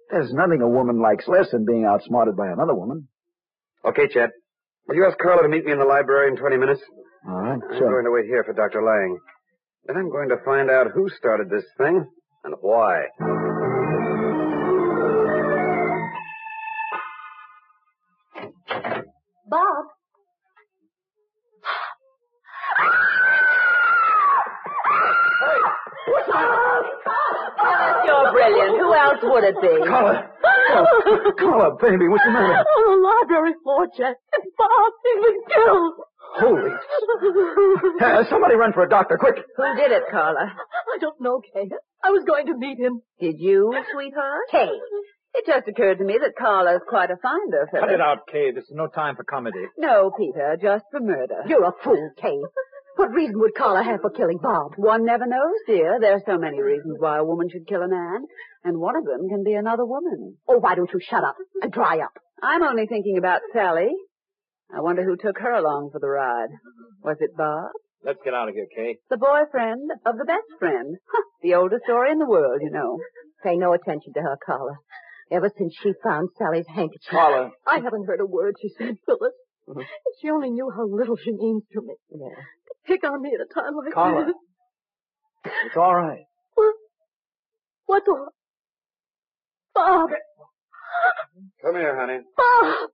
There's nothing a woman likes less than being outsmarted by another woman. Okay, Chet. Will you ask Carla to meet me in the library in 20 minutes? All right, I'm sure. going to wait here for Dr. Lang. Then I'm going to find out who started this thing and why. Bob. You're brilliant. Who else would it be? Carla! Oh, Carla, baby, what's the matter? On Oh, the library floor, Chet. And Bob, he's been killed. Holy. Uh, somebody run for a doctor, quick! Who did it, Carla? I don't know, Kay. I was going to meet him. Did you, sweetheart? Kay. It just occurred to me that Carla's quite a finder, Phyllis. Cut it out, Kay. This is no time for comedy. No, Peter, just for murder. You're a fool, Kay. What reason would Carla have for killing Bob? One never knows, dear. There are so many reasons why a woman should kill a man, and one of them can be another woman. Oh, why don't you shut up and dry up? I'm only thinking about Sally. I wonder who took her along for the ride. Was it Bob? Let's get out of here, Kay. The boyfriend of the best friend. Huh, the oldest story in the world, you know. Pay no attention to her, Carla. Ever since she found Sally's handkerchief. Carla. Mm-hmm. I haven't heard a word she said, Phyllis. If she only knew how little she means to me. Pick on me at a time like Carla. this. It's all right. What's all? Bob, Come here, honey. Bob!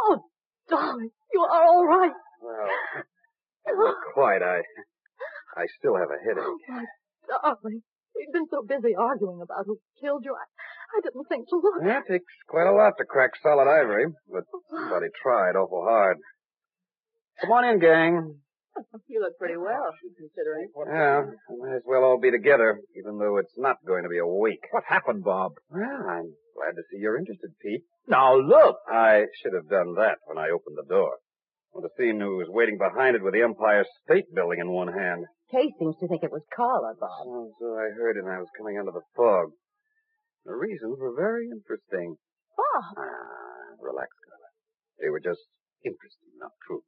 Oh, darling, you are all right. Well, not quite. I, I still have a headache. Oh, my darling. We've been so busy arguing about who killed you. I, I didn't think to look. Yeah, it takes quite a lot to crack solid ivory, but somebody tried awful hard. Come on in, gang. You look pretty well, considering. Yeah, we might as well all be together, even though it's not going to be a week. What happened, Bob? Well, I'm glad to see you're interested, Pete. Now look! I should have done that when I opened the door. I would have seen who was waiting behind it with the Empire State Building in one hand. Kay seems to think it was Carla, Bob. Oh, so I heard, and I was coming under the fog. The reasons were very interesting. Bob? Ah, relax, Carla. They were just interesting, not true.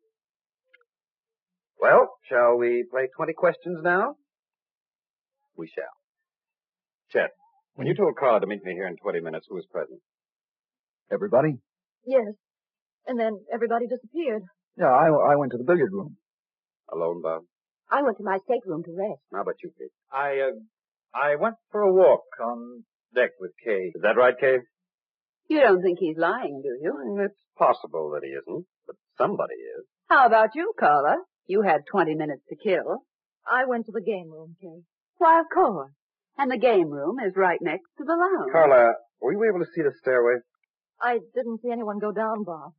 Well, shall we play 20 questions now? We shall. Chet, when Mm. you told Carla to meet me here in 20 minutes, who was present? Everybody? Yes. And then everybody disappeared. Yeah, I, I went to the billiard room. Alone, Bob? I went to my stateroom to rest. How about you, Pete? I, uh, I went for a walk on Deck with Kay. Is that right, Kay? You don't think he's lying, do you? It's possible that he isn't, but somebody is. How about you, Carla? You had 20 minutes to kill. I went to the game room, Kay. Why, of course. And the game room is right next to the lounge. Carla, were you able to see the stairway? I didn't see anyone go down, Bob.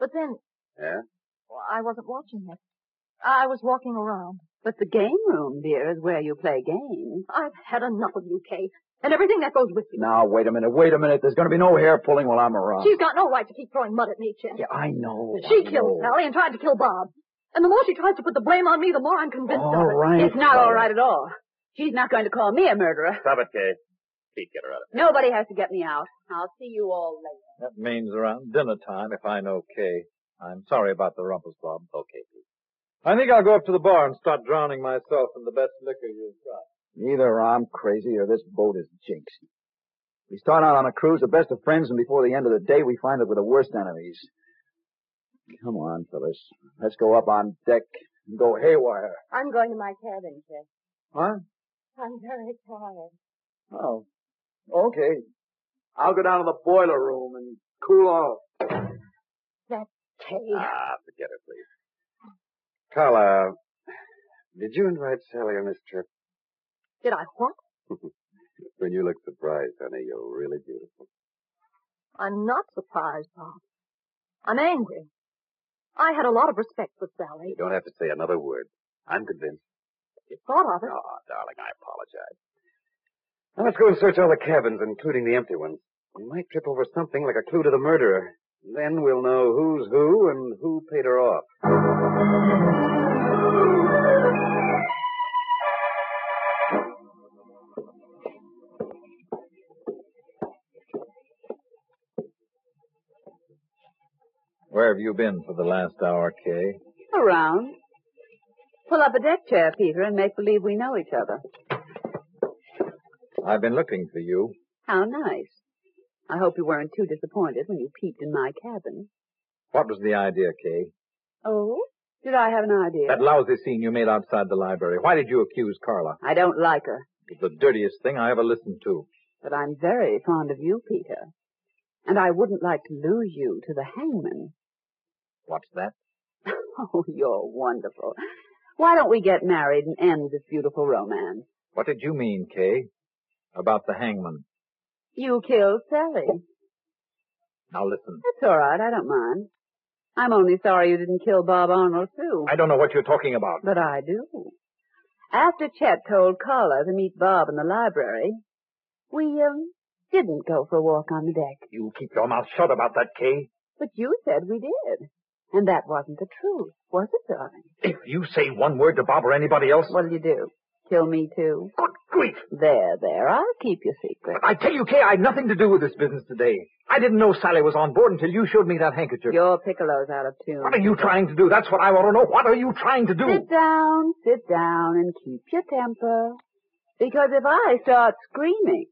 But then, Yeah? well, I wasn't watching it. I was walking around. But the game room, dear, is where you play games. I've had enough of you, Kay, and everything that goes with you. Now, wait a minute, wait a minute. There's going to be no hair pulling while I'm around. She's got no right to keep throwing mud at me, Chet. Yeah, I know. she I killed know. Sally and tried to kill Bob. And the more she tries to put the blame on me, the more I'm convinced Oh. All of it. right, It's not all Carla. right at all. She's not going to call me a murderer. Stop it, Kay. Pete, get her out of Nobody has to get me out. I'll see you all later. That means around dinner time, if I know Kay. I'm sorry about the rumpus, Bob. Okay. I think I'll go up to the bar and start drowning myself in the best liquor you've got. Either I'm crazy or this boat is jinxed. We start out on a cruise, the best of friends, and before the end of the day, we find that we're the worst enemies. Come on, fellas. Let's go up on deck and go haywire. I'm going to my cabin, Chet. Huh? I'm very tired. Oh. Okay. I'll go down to the boiler room and cool off. That's Kay. here. Ah, forget it, please. Carla, did you invite Sally on this trip? Did I what? When you look surprised, honey, you're really beautiful. I'm not surprised, Bob. I'm angry. I had a lot of respect for Sally. You don't have to say another word. I'm convinced. You thought of it. Oh, darling, I apologize. Now let's go and search all the cabins, including the empty ones. We might trip over something like a clue to the murderer. Then we'll know who's who and who paid her off. Where have you been for the last hour, Kay? Around. Pull up a deck chair, Peter, and make believe we know each other. I've been looking for you. How nice. I hope you weren't too disappointed when you peeped in my cabin. What was the idea, Kay? Oh? Did I have an idea? That lousy scene you made outside the library. Why did you accuse Carla? I don't like her, It was the dirtiest thing I ever listened to. but I'm very fond of you, Peter. And I wouldn't like to lose you to the hangman. What's that? Oh, you're wonderful. Why don't we get married and end this beautiful romance? What did you mean, Kay? About the hangman. You killed Sally. Now listen. That's all right. I don't mind. I'm only sorry you didn't kill Bob Arnold, too. I don't know what you're talking about. But I do. After Chet told Carla to meet Bob in the library, we um, didn't go for a walk on the deck. You keep your mouth shut about that, Kay. But you said we did. And that wasn't the truth, was it, darling? If you say one word to Bob or anybody else, What'll you do? Kill me, too? good grief! There, there. I'll keep your secret. I tell you, Kay, I had nothing to do with this business today. I didn't know Sally was on board until you showed me that handkerchief. Your piccolo's out of tune. What are you trying to do? That's what I want to know. What are you trying to do? Sit down, sit down, and keep your temper. Because if I start screaming,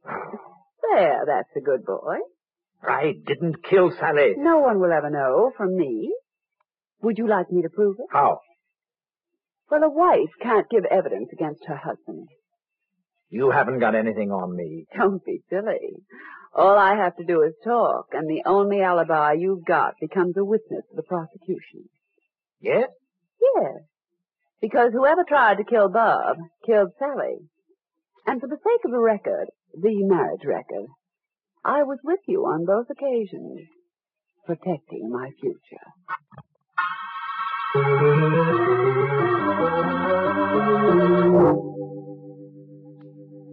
there, that's a good boy. I didn't kill Sally. No one will ever know from me. Would you like me to prove it? How? Well, a wife can't give evidence against her husband. You haven't got anything on me. Don't be silly. All I have to do is talk, and the only alibi you've got becomes a witness for the prosecution. Yes? Yes. Because whoever tried to kill Bob killed Sally. And for the sake of the record, the marriage record, I was with you on both occasions, protecting my future.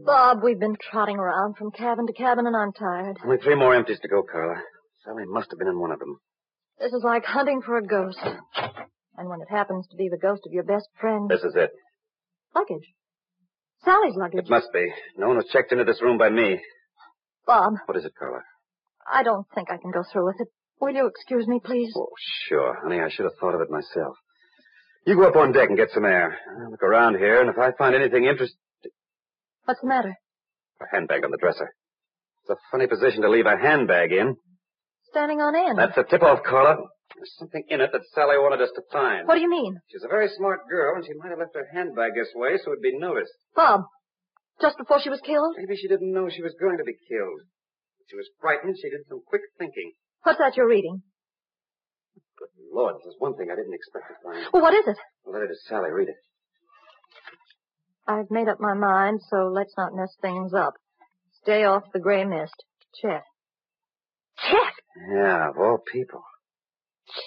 Bob, we've been trotting around from cabin to cabin, and I'm tired. Only three more empties to go, Carla. Sally must have been in one of them. This is like hunting for a ghost. And when it happens to be the ghost of your best friend. This is it. Luggage. Sally's luggage. It must be. No one was checked into this room by me. Bob, What is it, Carla? I don't think I can go through with it. Will you excuse me, please? Sure, honey, I should have thought of it myself. You go up on deck and get some air. I'll look around here, and if I find anything interesting. What's the matter? A handbag on the dresser. It's a funny position to leave a handbag in. Standing on end. That's a tip off, Carla. There's something in it that Sally wanted us to find. What do you mean? She's a very smart girl, and she might have left her handbag this way so it'd be noticed. Bob, just before she was killed? Maybe she didn't know she was going to be killed. She was frightened. She did some quick thinking. What's that you're reading? Lord, there's one thing I didn't expect to find. Well, what is it? A letter to Sally. Read it. I've made up my mind, so let's not mess things up. Stay off the gray mist. Chet. Chet? Yeah, of all people.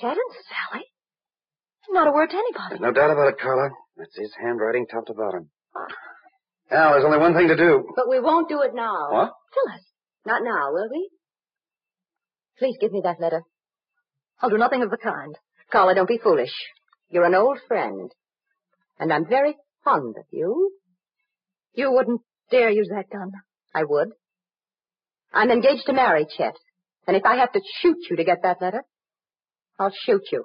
Chet and Sally? Not a word to anybody. There's no doubt about it, Carla. That's his handwriting top to bottom. Now, there's only one thing to do. But we won't do it now. What? Phyllis. Not now, will we? Please give me that letter. I'll do nothing of the kind. Carla, don't be foolish. You're an old friend. And I'm very fond of you. You wouldn't dare use that gun. I would. I'm engaged to marry Chet. And if I have to shoot you to get that letter, I'll shoot you.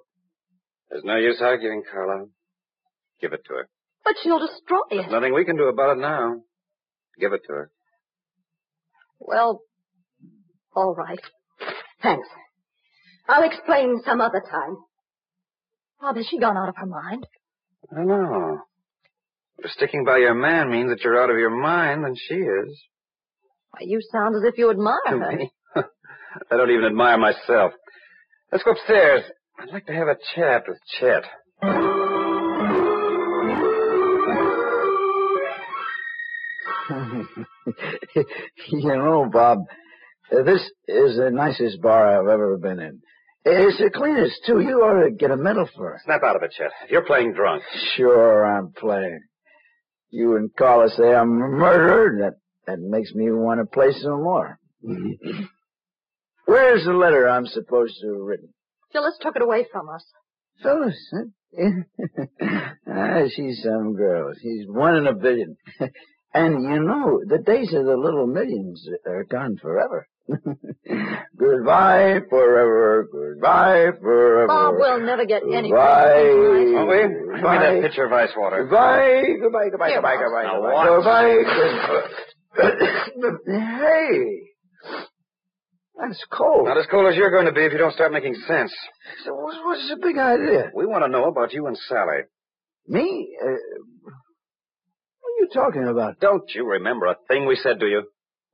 There's no use arguing, Carla. Give it to her. But she'll destroy it. There's nothing we can do about it now. Give it to her. Well, all right. Thanks. I'll explain some other time. Bob, has she gone out of her mind? I don't know. If sticking by your man means that you're out of your mind, then she is. Why, you sound as if you admire To her. me? I don't even admire myself. Let's go upstairs. I'd like to have a chat with Chet. you know, Bob, uh, this is the nicest bar I've ever been in. It's the cleanest, too. You ought to get a medal for it. Snap out of it, Chet. You're playing drunk. Sure, I'm playing. You and Carla say I'm a murderer. That, that makes me want to play some more. Where's the letter I'm supposed to have written? Phyllis took it away from us. Phyllis, huh? ah, she's some girl. She's one in a billion. and you know, the days of the little millions are gone forever. goodbye forever, goodbye forever. Bob will never get any Goodbye. Won't we? Give me that pitcher of ice water. Goodbye, goodbye, goodbye, Here, goodbye, Bob. goodbye, Now goodbye, watch. goodbye, hey, that's cold. Not as cool as you're going to be if you don't start making sense. So what's, what's the big idea? We want to know about you and Sally. Me? Uh, what are you talking about? Don't you remember a thing we said to you?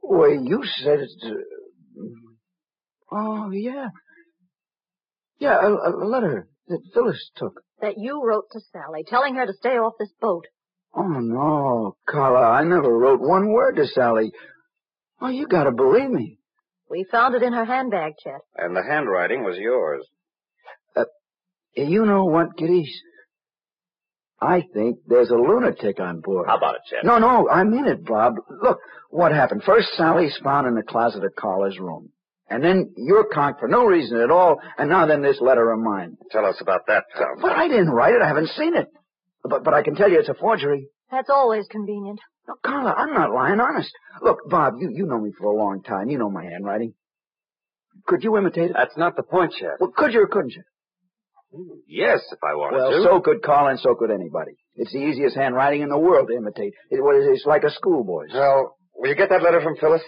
Well, you said it. Uh, oh, yeah. Yeah, a, a letter that Phyllis took. That you wrote to Sally, telling her to stay off this boat. Oh, no, Carla, I never wrote one word to Sally. Oh, you gotta believe me. We found it in her handbag, Chet. And the handwriting was yours. Uh, You know what, kiddies? I think there's a lunatic on board. How about it, Chet? No, no, I mean it, Bob. Look, what happened? First, Sally's found in the closet of Carla's room. And then you're conked for no reason at all, and now then this letter of mine. Tell us about that, Tom. But I didn't write it. I haven't seen it. But, but I can tell you it's a forgery. That's always convenient. No, Carla, I'm not lying, honest. Look, Bob, you, you know me for a long time. You know my handwriting. Could you imitate it? That's not the point, Chet. Well, could you or couldn't you? Yes, if I wanted Well, to. so could Carla and so could anybody. It's the easiest handwriting in the world to imitate. It, what is it? it's like a schoolboy's. Well, will you get that letter from Phyllis?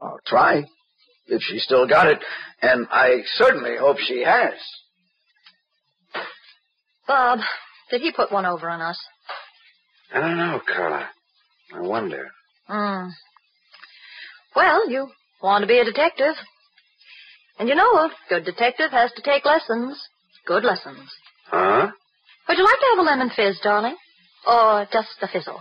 I'll try. If she still got it. And I certainly hope she has. Bob, did he put one over on us? I don't know, Carla. I wonder. Hmm. Well, you want to be a detective. And you know, a good detective has to take lessons. Good lessons. Huh? Would you like to have a lemon fizz, darling? Or just a fizzle?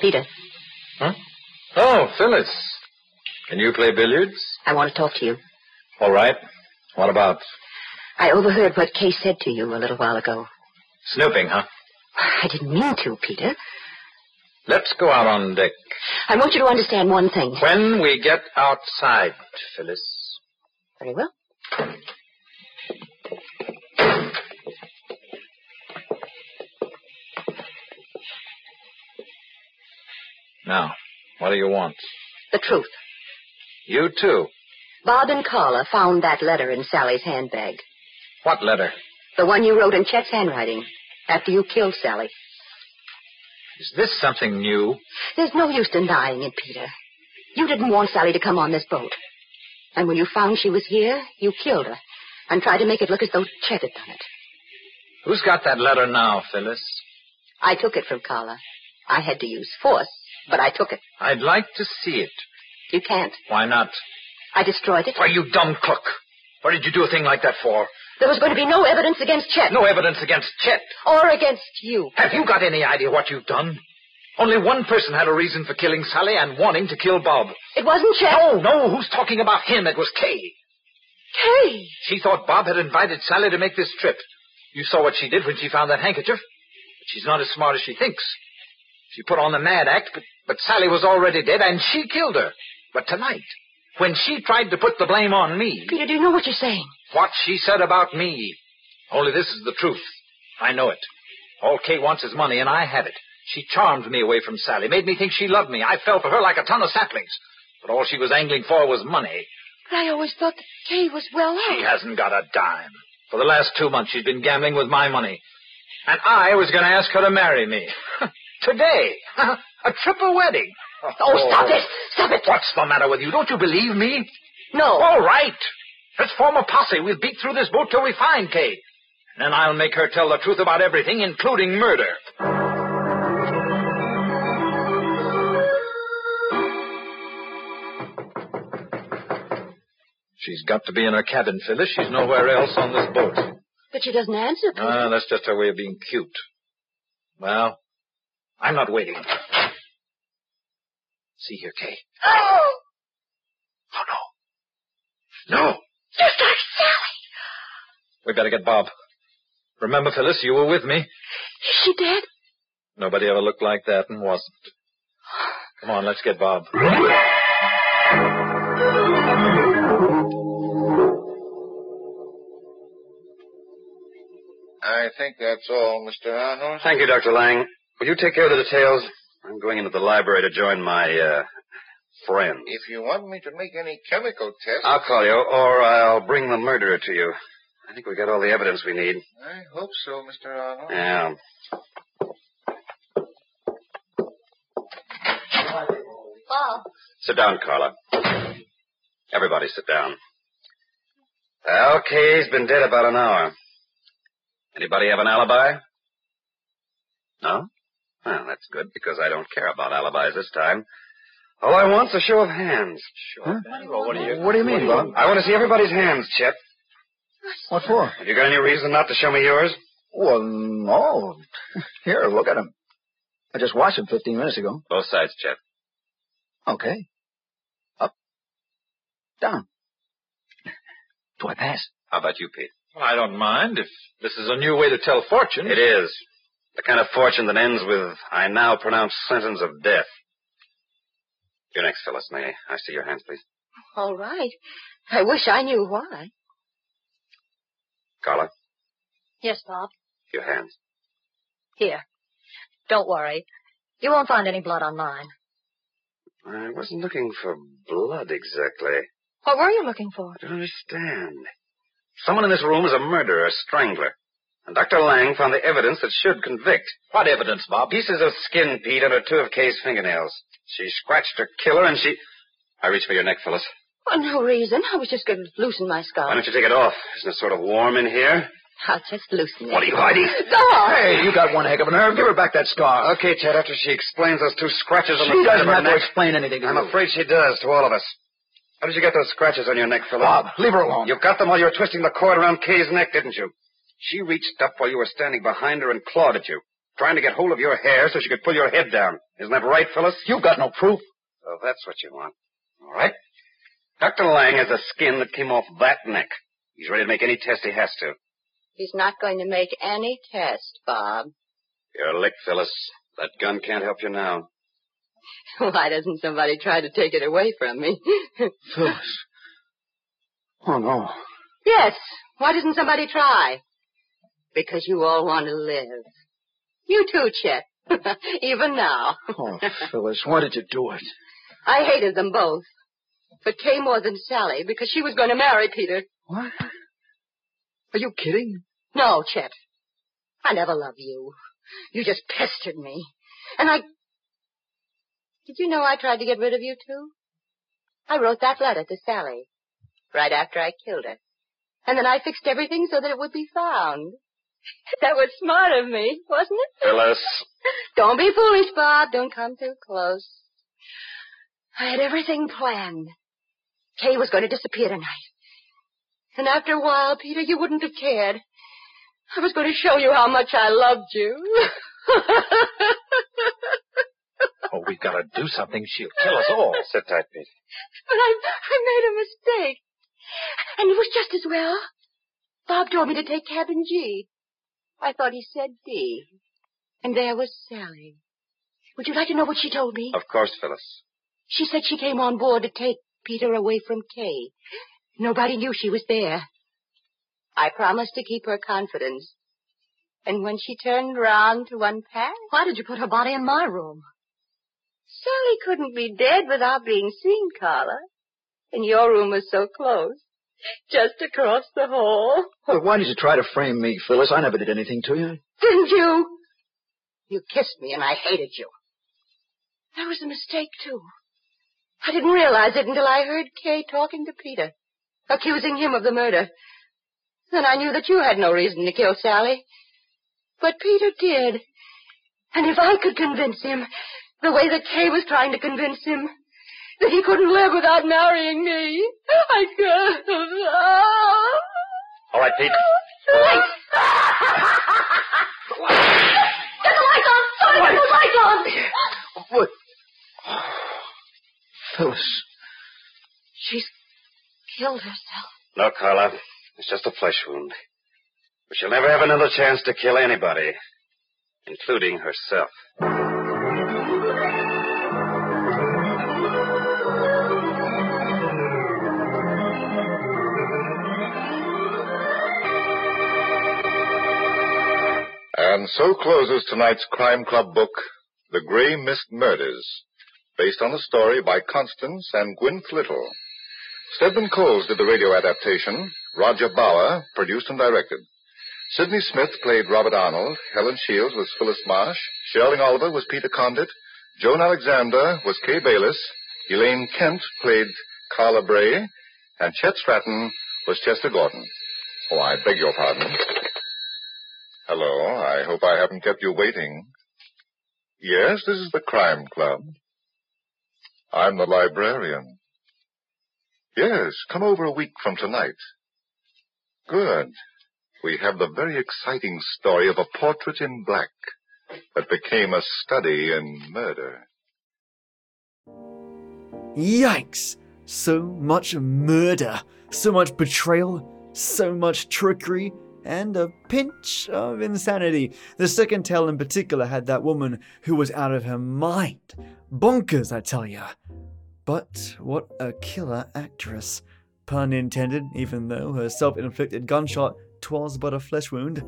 Peter, Oh, Phyllis. Can you play billiards? I want to talk to you. All right. What about I overheard what Kay said to you a little while ago. snooping, huh? I didn't mean to, Peter. Let's go out on deck. I want you to understand one thing. When we get outside, Phyllis. Very well. Now, what do you want? The truth. You too. Bob and Carla found that letter in Sally's handbag. What letter? The one you wrote in Chet's handwriting after you killed Sally. Is this something new? There's no use denying it, Peter. You didn't want Sally to come on this boat. And when you found she was here, you killed her and tried to make it look as though Chet had done it. Who's got that letter now, Phyllis? I took it from Carla. I had to use force, but I took it. I'd like to see it. You can't. Why not? I destroyed it. Why, you dumb cook. What did you do a thing like that for? There was going to be no evidence against Chet. No evidence against Chet. Or against you. Have you got any idea what you've done? Only one person had a reason for killing Sally and wanting to kill Bob. It wasn't Chet. No, no, who's talking about him? It was Kay. Kay? She thought Bob had invited Sally to make this trip. You saw what she did when she found that handkerchief. But she's not as smart as she thinks. She put on the mad act, but, but Sally was already dead, and she killed her. But tonight, when she tried to put the blame on me, Peter, do you know what you're saying? what she said about me. Only this is the truth. I know it. All Kay wants is money, and I have it. She charmed me away from Sally, made me think she loved me. I fell for her like a ton of saplings. But all she was angling for was money. But I always thought that Kay was well off. She hasn't got a dime. For the last two months, she's been gambling with my money. And I was going to ask her to marry me. Today. a triple wedding. Oh, stop it. Stop it. What's the matter with you? Don't you believe me? No. All right. Let's form a posse. We'll beat through this boat till we find Kay. And then I'll make her tell the truth about everything, including murder. She's got to be in her cabin, Phyllis. She's nowhere else on this boat. But she doesn't answer, Peter. Ah, that's just her way of being cute. Well, I'm not waiting. See here, Kay. Oh! No! Just like Sally. We better get Bob. Remember, Phyllis, you were with me. Is she dead? Nobody ever looked like that and wasn't. Come on, let's get Bob. I think that's all, Mr. Arnold. Thank you, Dr. Lang. Will you take care of the details? I'm going into the library to join my, uh, friend. If you want me to make any chemical tests, I'll call you, or I'll bring the murderer to you. I think we got all the evidence we need. I hope so, Mr. Arnold. Yeah. Bob. Sit down, Carla. Everybody sit down. Al Kay's been dead about an hour. Anybody have an alibi? No? Well, that's good, because I don't care about alibis this time. All I want's a show of hands. Show of hands? What do you, mean, Bob? I want to see everybody's hands, Chet. What for? Have you got any reason not to show me yours? Well, no. Here, look at him. I just washed him 15 minutes ago. Both sides, Chet. Okay. Up. Down. Do I pass? How about you, Pete? I don't mind if this is a new way to tell fortunes. It is. The kind of fortune that ends with, I now pronounce sentence of death. You're next, Phyllis. May I see your hands, please? All right. I wish I knew why. Carla, Yes, Bob. your hands. Here. Don't worry. You won't find any blood on mine. I wasn't looking for blood exactly. What were you looking for? I don't understand. Someone in this room is a murderer, a strangler. And Dr. Lang found the evidence that should convict. What evidence, Bob? Pieces of skin, Pete, under two of Kay's fingernails. She scratched her killer and she... I reach for your neck, Phyllis. For no reason. I was just going to loosen my scarf. Why don't you take it off? Isn't it sort of warm in here? I'll just loosen it. What are you hiding? Go on. Hey, you got one heck of a nerve. Give her back that scarf. Okay, Ted, after she explains those two scratches on the She side doesn't of her have to neck- explain anything to I'm you. afraid she does to all of us. How did you get those scratches on your neck, Philip? Bob, leave her alone. You got them while you were twisting the cord around Kay's neck, didn't you? She reached up while you were standing behind her and clawed at you, trying to get hold of your hair so she could pull your head down. Isn't that right, Phyllis? You've got no proof. So that's what you want. All right. Dr. Lang has a skin that came off that neck. He's ready to make any test he has to. He's not going to make any test, Bob. You're licked, Phyllis. That gun can't help you now. Why doesn't somebody try to take it away from me? Phyllis. Oh, no. yes. Why doesn't somebody try? Because you all want to live. You too, Chet. Even now. Oh, Phyllis, why did you do it? I hated them both. But Kay more than Sally, because she was going to marry Peter. What? Are you kidding? No, Chet. I never loved you. You just pestered me. And I. Did you know I tried to get rid of you, too? I wrote that letter to Sally right after I killed her. And then I fixed everything so that it would be found. That was smart of me, wasn't it? Phyllis. Don't be foolish, Bob. Don't come too close. I had everything planned. Kay was going to disappear tonight. And after a while, Peter, you wouldn't have cared. I was going to show you how much I loved you. Oh, we've got to do something. She'll kill us all. Sit tight, Pete. But I, I made a mistake. And it was just as well. Bob told me to take cabin G. I thought he said D. And there was Sally. Would you like to know what she told me? Of course, Phyllis. She said she came on board to take Peter away from Kay. Nobody knew she was there. I promised to keep her confidence. And when she turned round to unpack, Why did you put her body in my room? Sally couldn't be dead without being seen, Carla. And your room was so close. Just across the hall. Well, why did you try to frame me, Phyllis? I never did anything to you. Didn't you? You kissed me and I hated you. That was a mistake, too. I didn't realize it until I heard Kay talking to Peter, accusing him of the murder. Then I knew that you had no reason to kill Sally. But Peter did. And if I could convince him, the way that Kay was trying to convince him, that he couldn't live without marrying me, I could. Oh. All right, Pete. Lights! Get the lights on! Sonny, get the lights on! What? Phyllis. She's killed herself. No, Carla. It's just a flesh wound. But she'll never have another chance to kill anybody, including herself. And so closes tonight's Crime Club book, The Gray Mist Murders, based on a story by Constance and Gwyneth Little. Stedman Coles did the radio adaptation. Roger Bauer produced and directed. Sidney Smith played Robert Arnold. Helen Shields was Phyllis Marsh. Sherling Oliver was Peter Condit. Joan Alexander was Kay Bayless. Elaine Kent played Carla Bray. And Chet Stratton was Chester Gordon. Oh, I beg your pardon. Hello. I hope I haven't kept you waiting. Yes, this is the Crime Club. I'm the librarian. Yes, come over a week from tonight. Good. We have the very exciting story of a portrait in black that became a study in murder. Yikes! So much murder, so much betrayal, so much trickery, and a pinch of insanity. The second tale in particular had that woman who was out of her mind. Bonkers, I tell ya. But what a killer actress. Pun intended, even though her self inflicted gunshot twas but a flesh wound.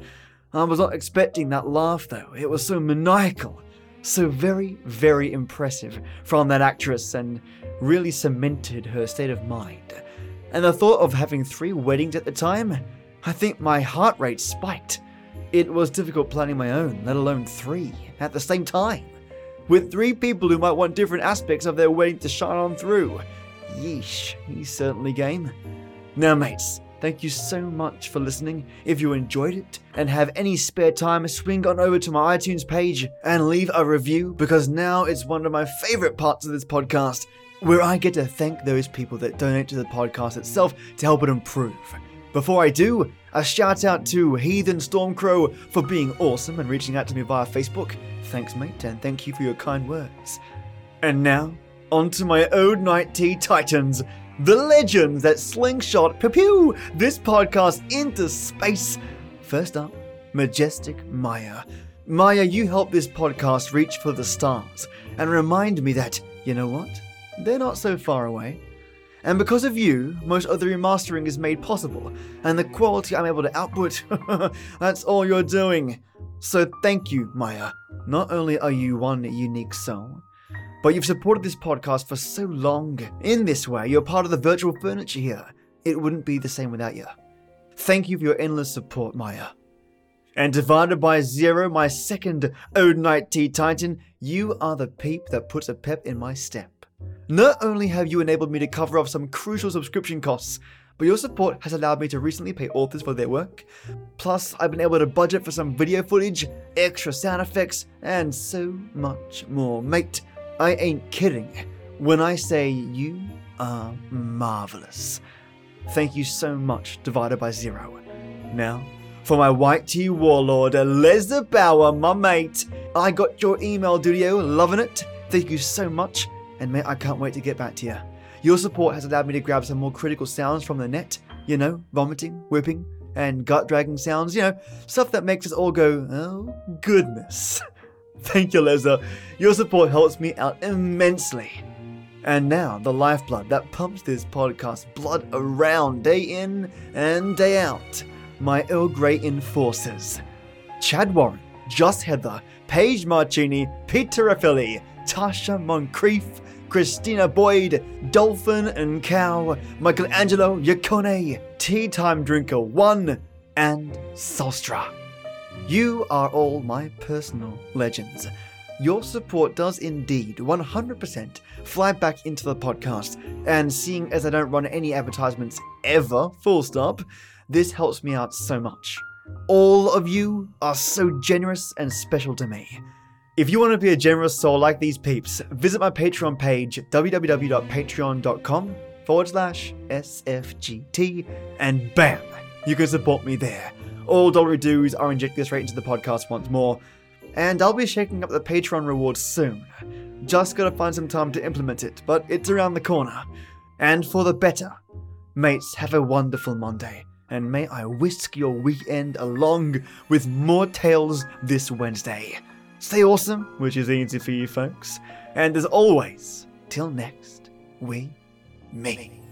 I was not expecting that laugh, though. It was so maniacal, so very, very impressive from that actress and really cemented her state of mind. And the thought of having three weddings at the time, I think my heart rate spiked. It was difficult planning my own, let alone three, at the same time with three people who might want different aspects of their wedding to shine on through. Yeesh, he's certainly game. Now, mates, thank you so much for listening. If you enjoyed it and have any spare time, swing on over to my iTunes page and leave a review because now it's one of my favorite parts of this podcast where I get to thank those people that donate to the podcast itself to help it improve. Before I do, a shout out to Heathen Stormcrow for being awesome and reaching out to me via Facebook. Thanks, mate, and thank you for your kind words. And now, on to my Ode Night Tea Titans, the legends that slingshot pew pew this podcast into space. First up, Majestic Maya. Maya, you help this podcast reach for the stars and remind me that, you know what? They're not so far away. And because of you, most of the remastering is made possible, and the quality I'm able to output, that's all you're doing. So thank you, Maya. Not only are you one unique soul, but you've supported this podcast for so long. In this way, you're part of the virtual furniture here. It wouldn't be the same without you. Thank you for your endless support, Maya. And divided by zero, my second Odenite T Titan, you are the peep that puts a pep in my step. Not only have you enabled me to cover off some crucial subscription costs, but your support has allowed me to recently pay authors for their work. Plus, I've been able to budget for some video footage, extra sound effects, and so much more. Mate, I ain't kidding when I say you are marvelous. Thank you so much, divided by zero. Now, for my white tea warlord, Leza Bauer, my mate. I got your email, Dudio, loving it. Thank you so much, and mate, I can't wait to get back to you. Your support has allowed me to grab some more critical sounds from the net, you know, vomiting, whipping, and gut dragging sounds, you know, stuff that makes us all go, oh goodness. Thank you, Leza. Your support helps me out immensely. And now, the lifeblood that pumps this podcast blood around day in and day out. My Earl Grey enforcers Chad Warren, Joss Heather, Paige Marcini, Peter Raffili, Tasha Moncrief, Christina Boyd, Dolphin and Cow, Michelangelo Yacone, Tea Time Drinker 1, and Solstra. You are all my personal legends. Your support does indeed 100% fly back into the podcast, and seeing as I don't run any advertisements ever, full stop, this helps me out so much. All of you are so generous and special to me. If you want to be a generous soul like these peeps, visit my Patreon page www.patreon.com forward slash SFGT and bam, you can support me there. All dollar dues are injected straight into the podcast once more, and I'll be shaking up the Patreon reward soon. Just gotta find some time to implement it, but it's around the corner. And for the better, mates, have a wonderful Monday, and may I whisk your weekend along with more tales this Wednesday. Stay awesome, which is easy for you folks, and as always, till next, we meet.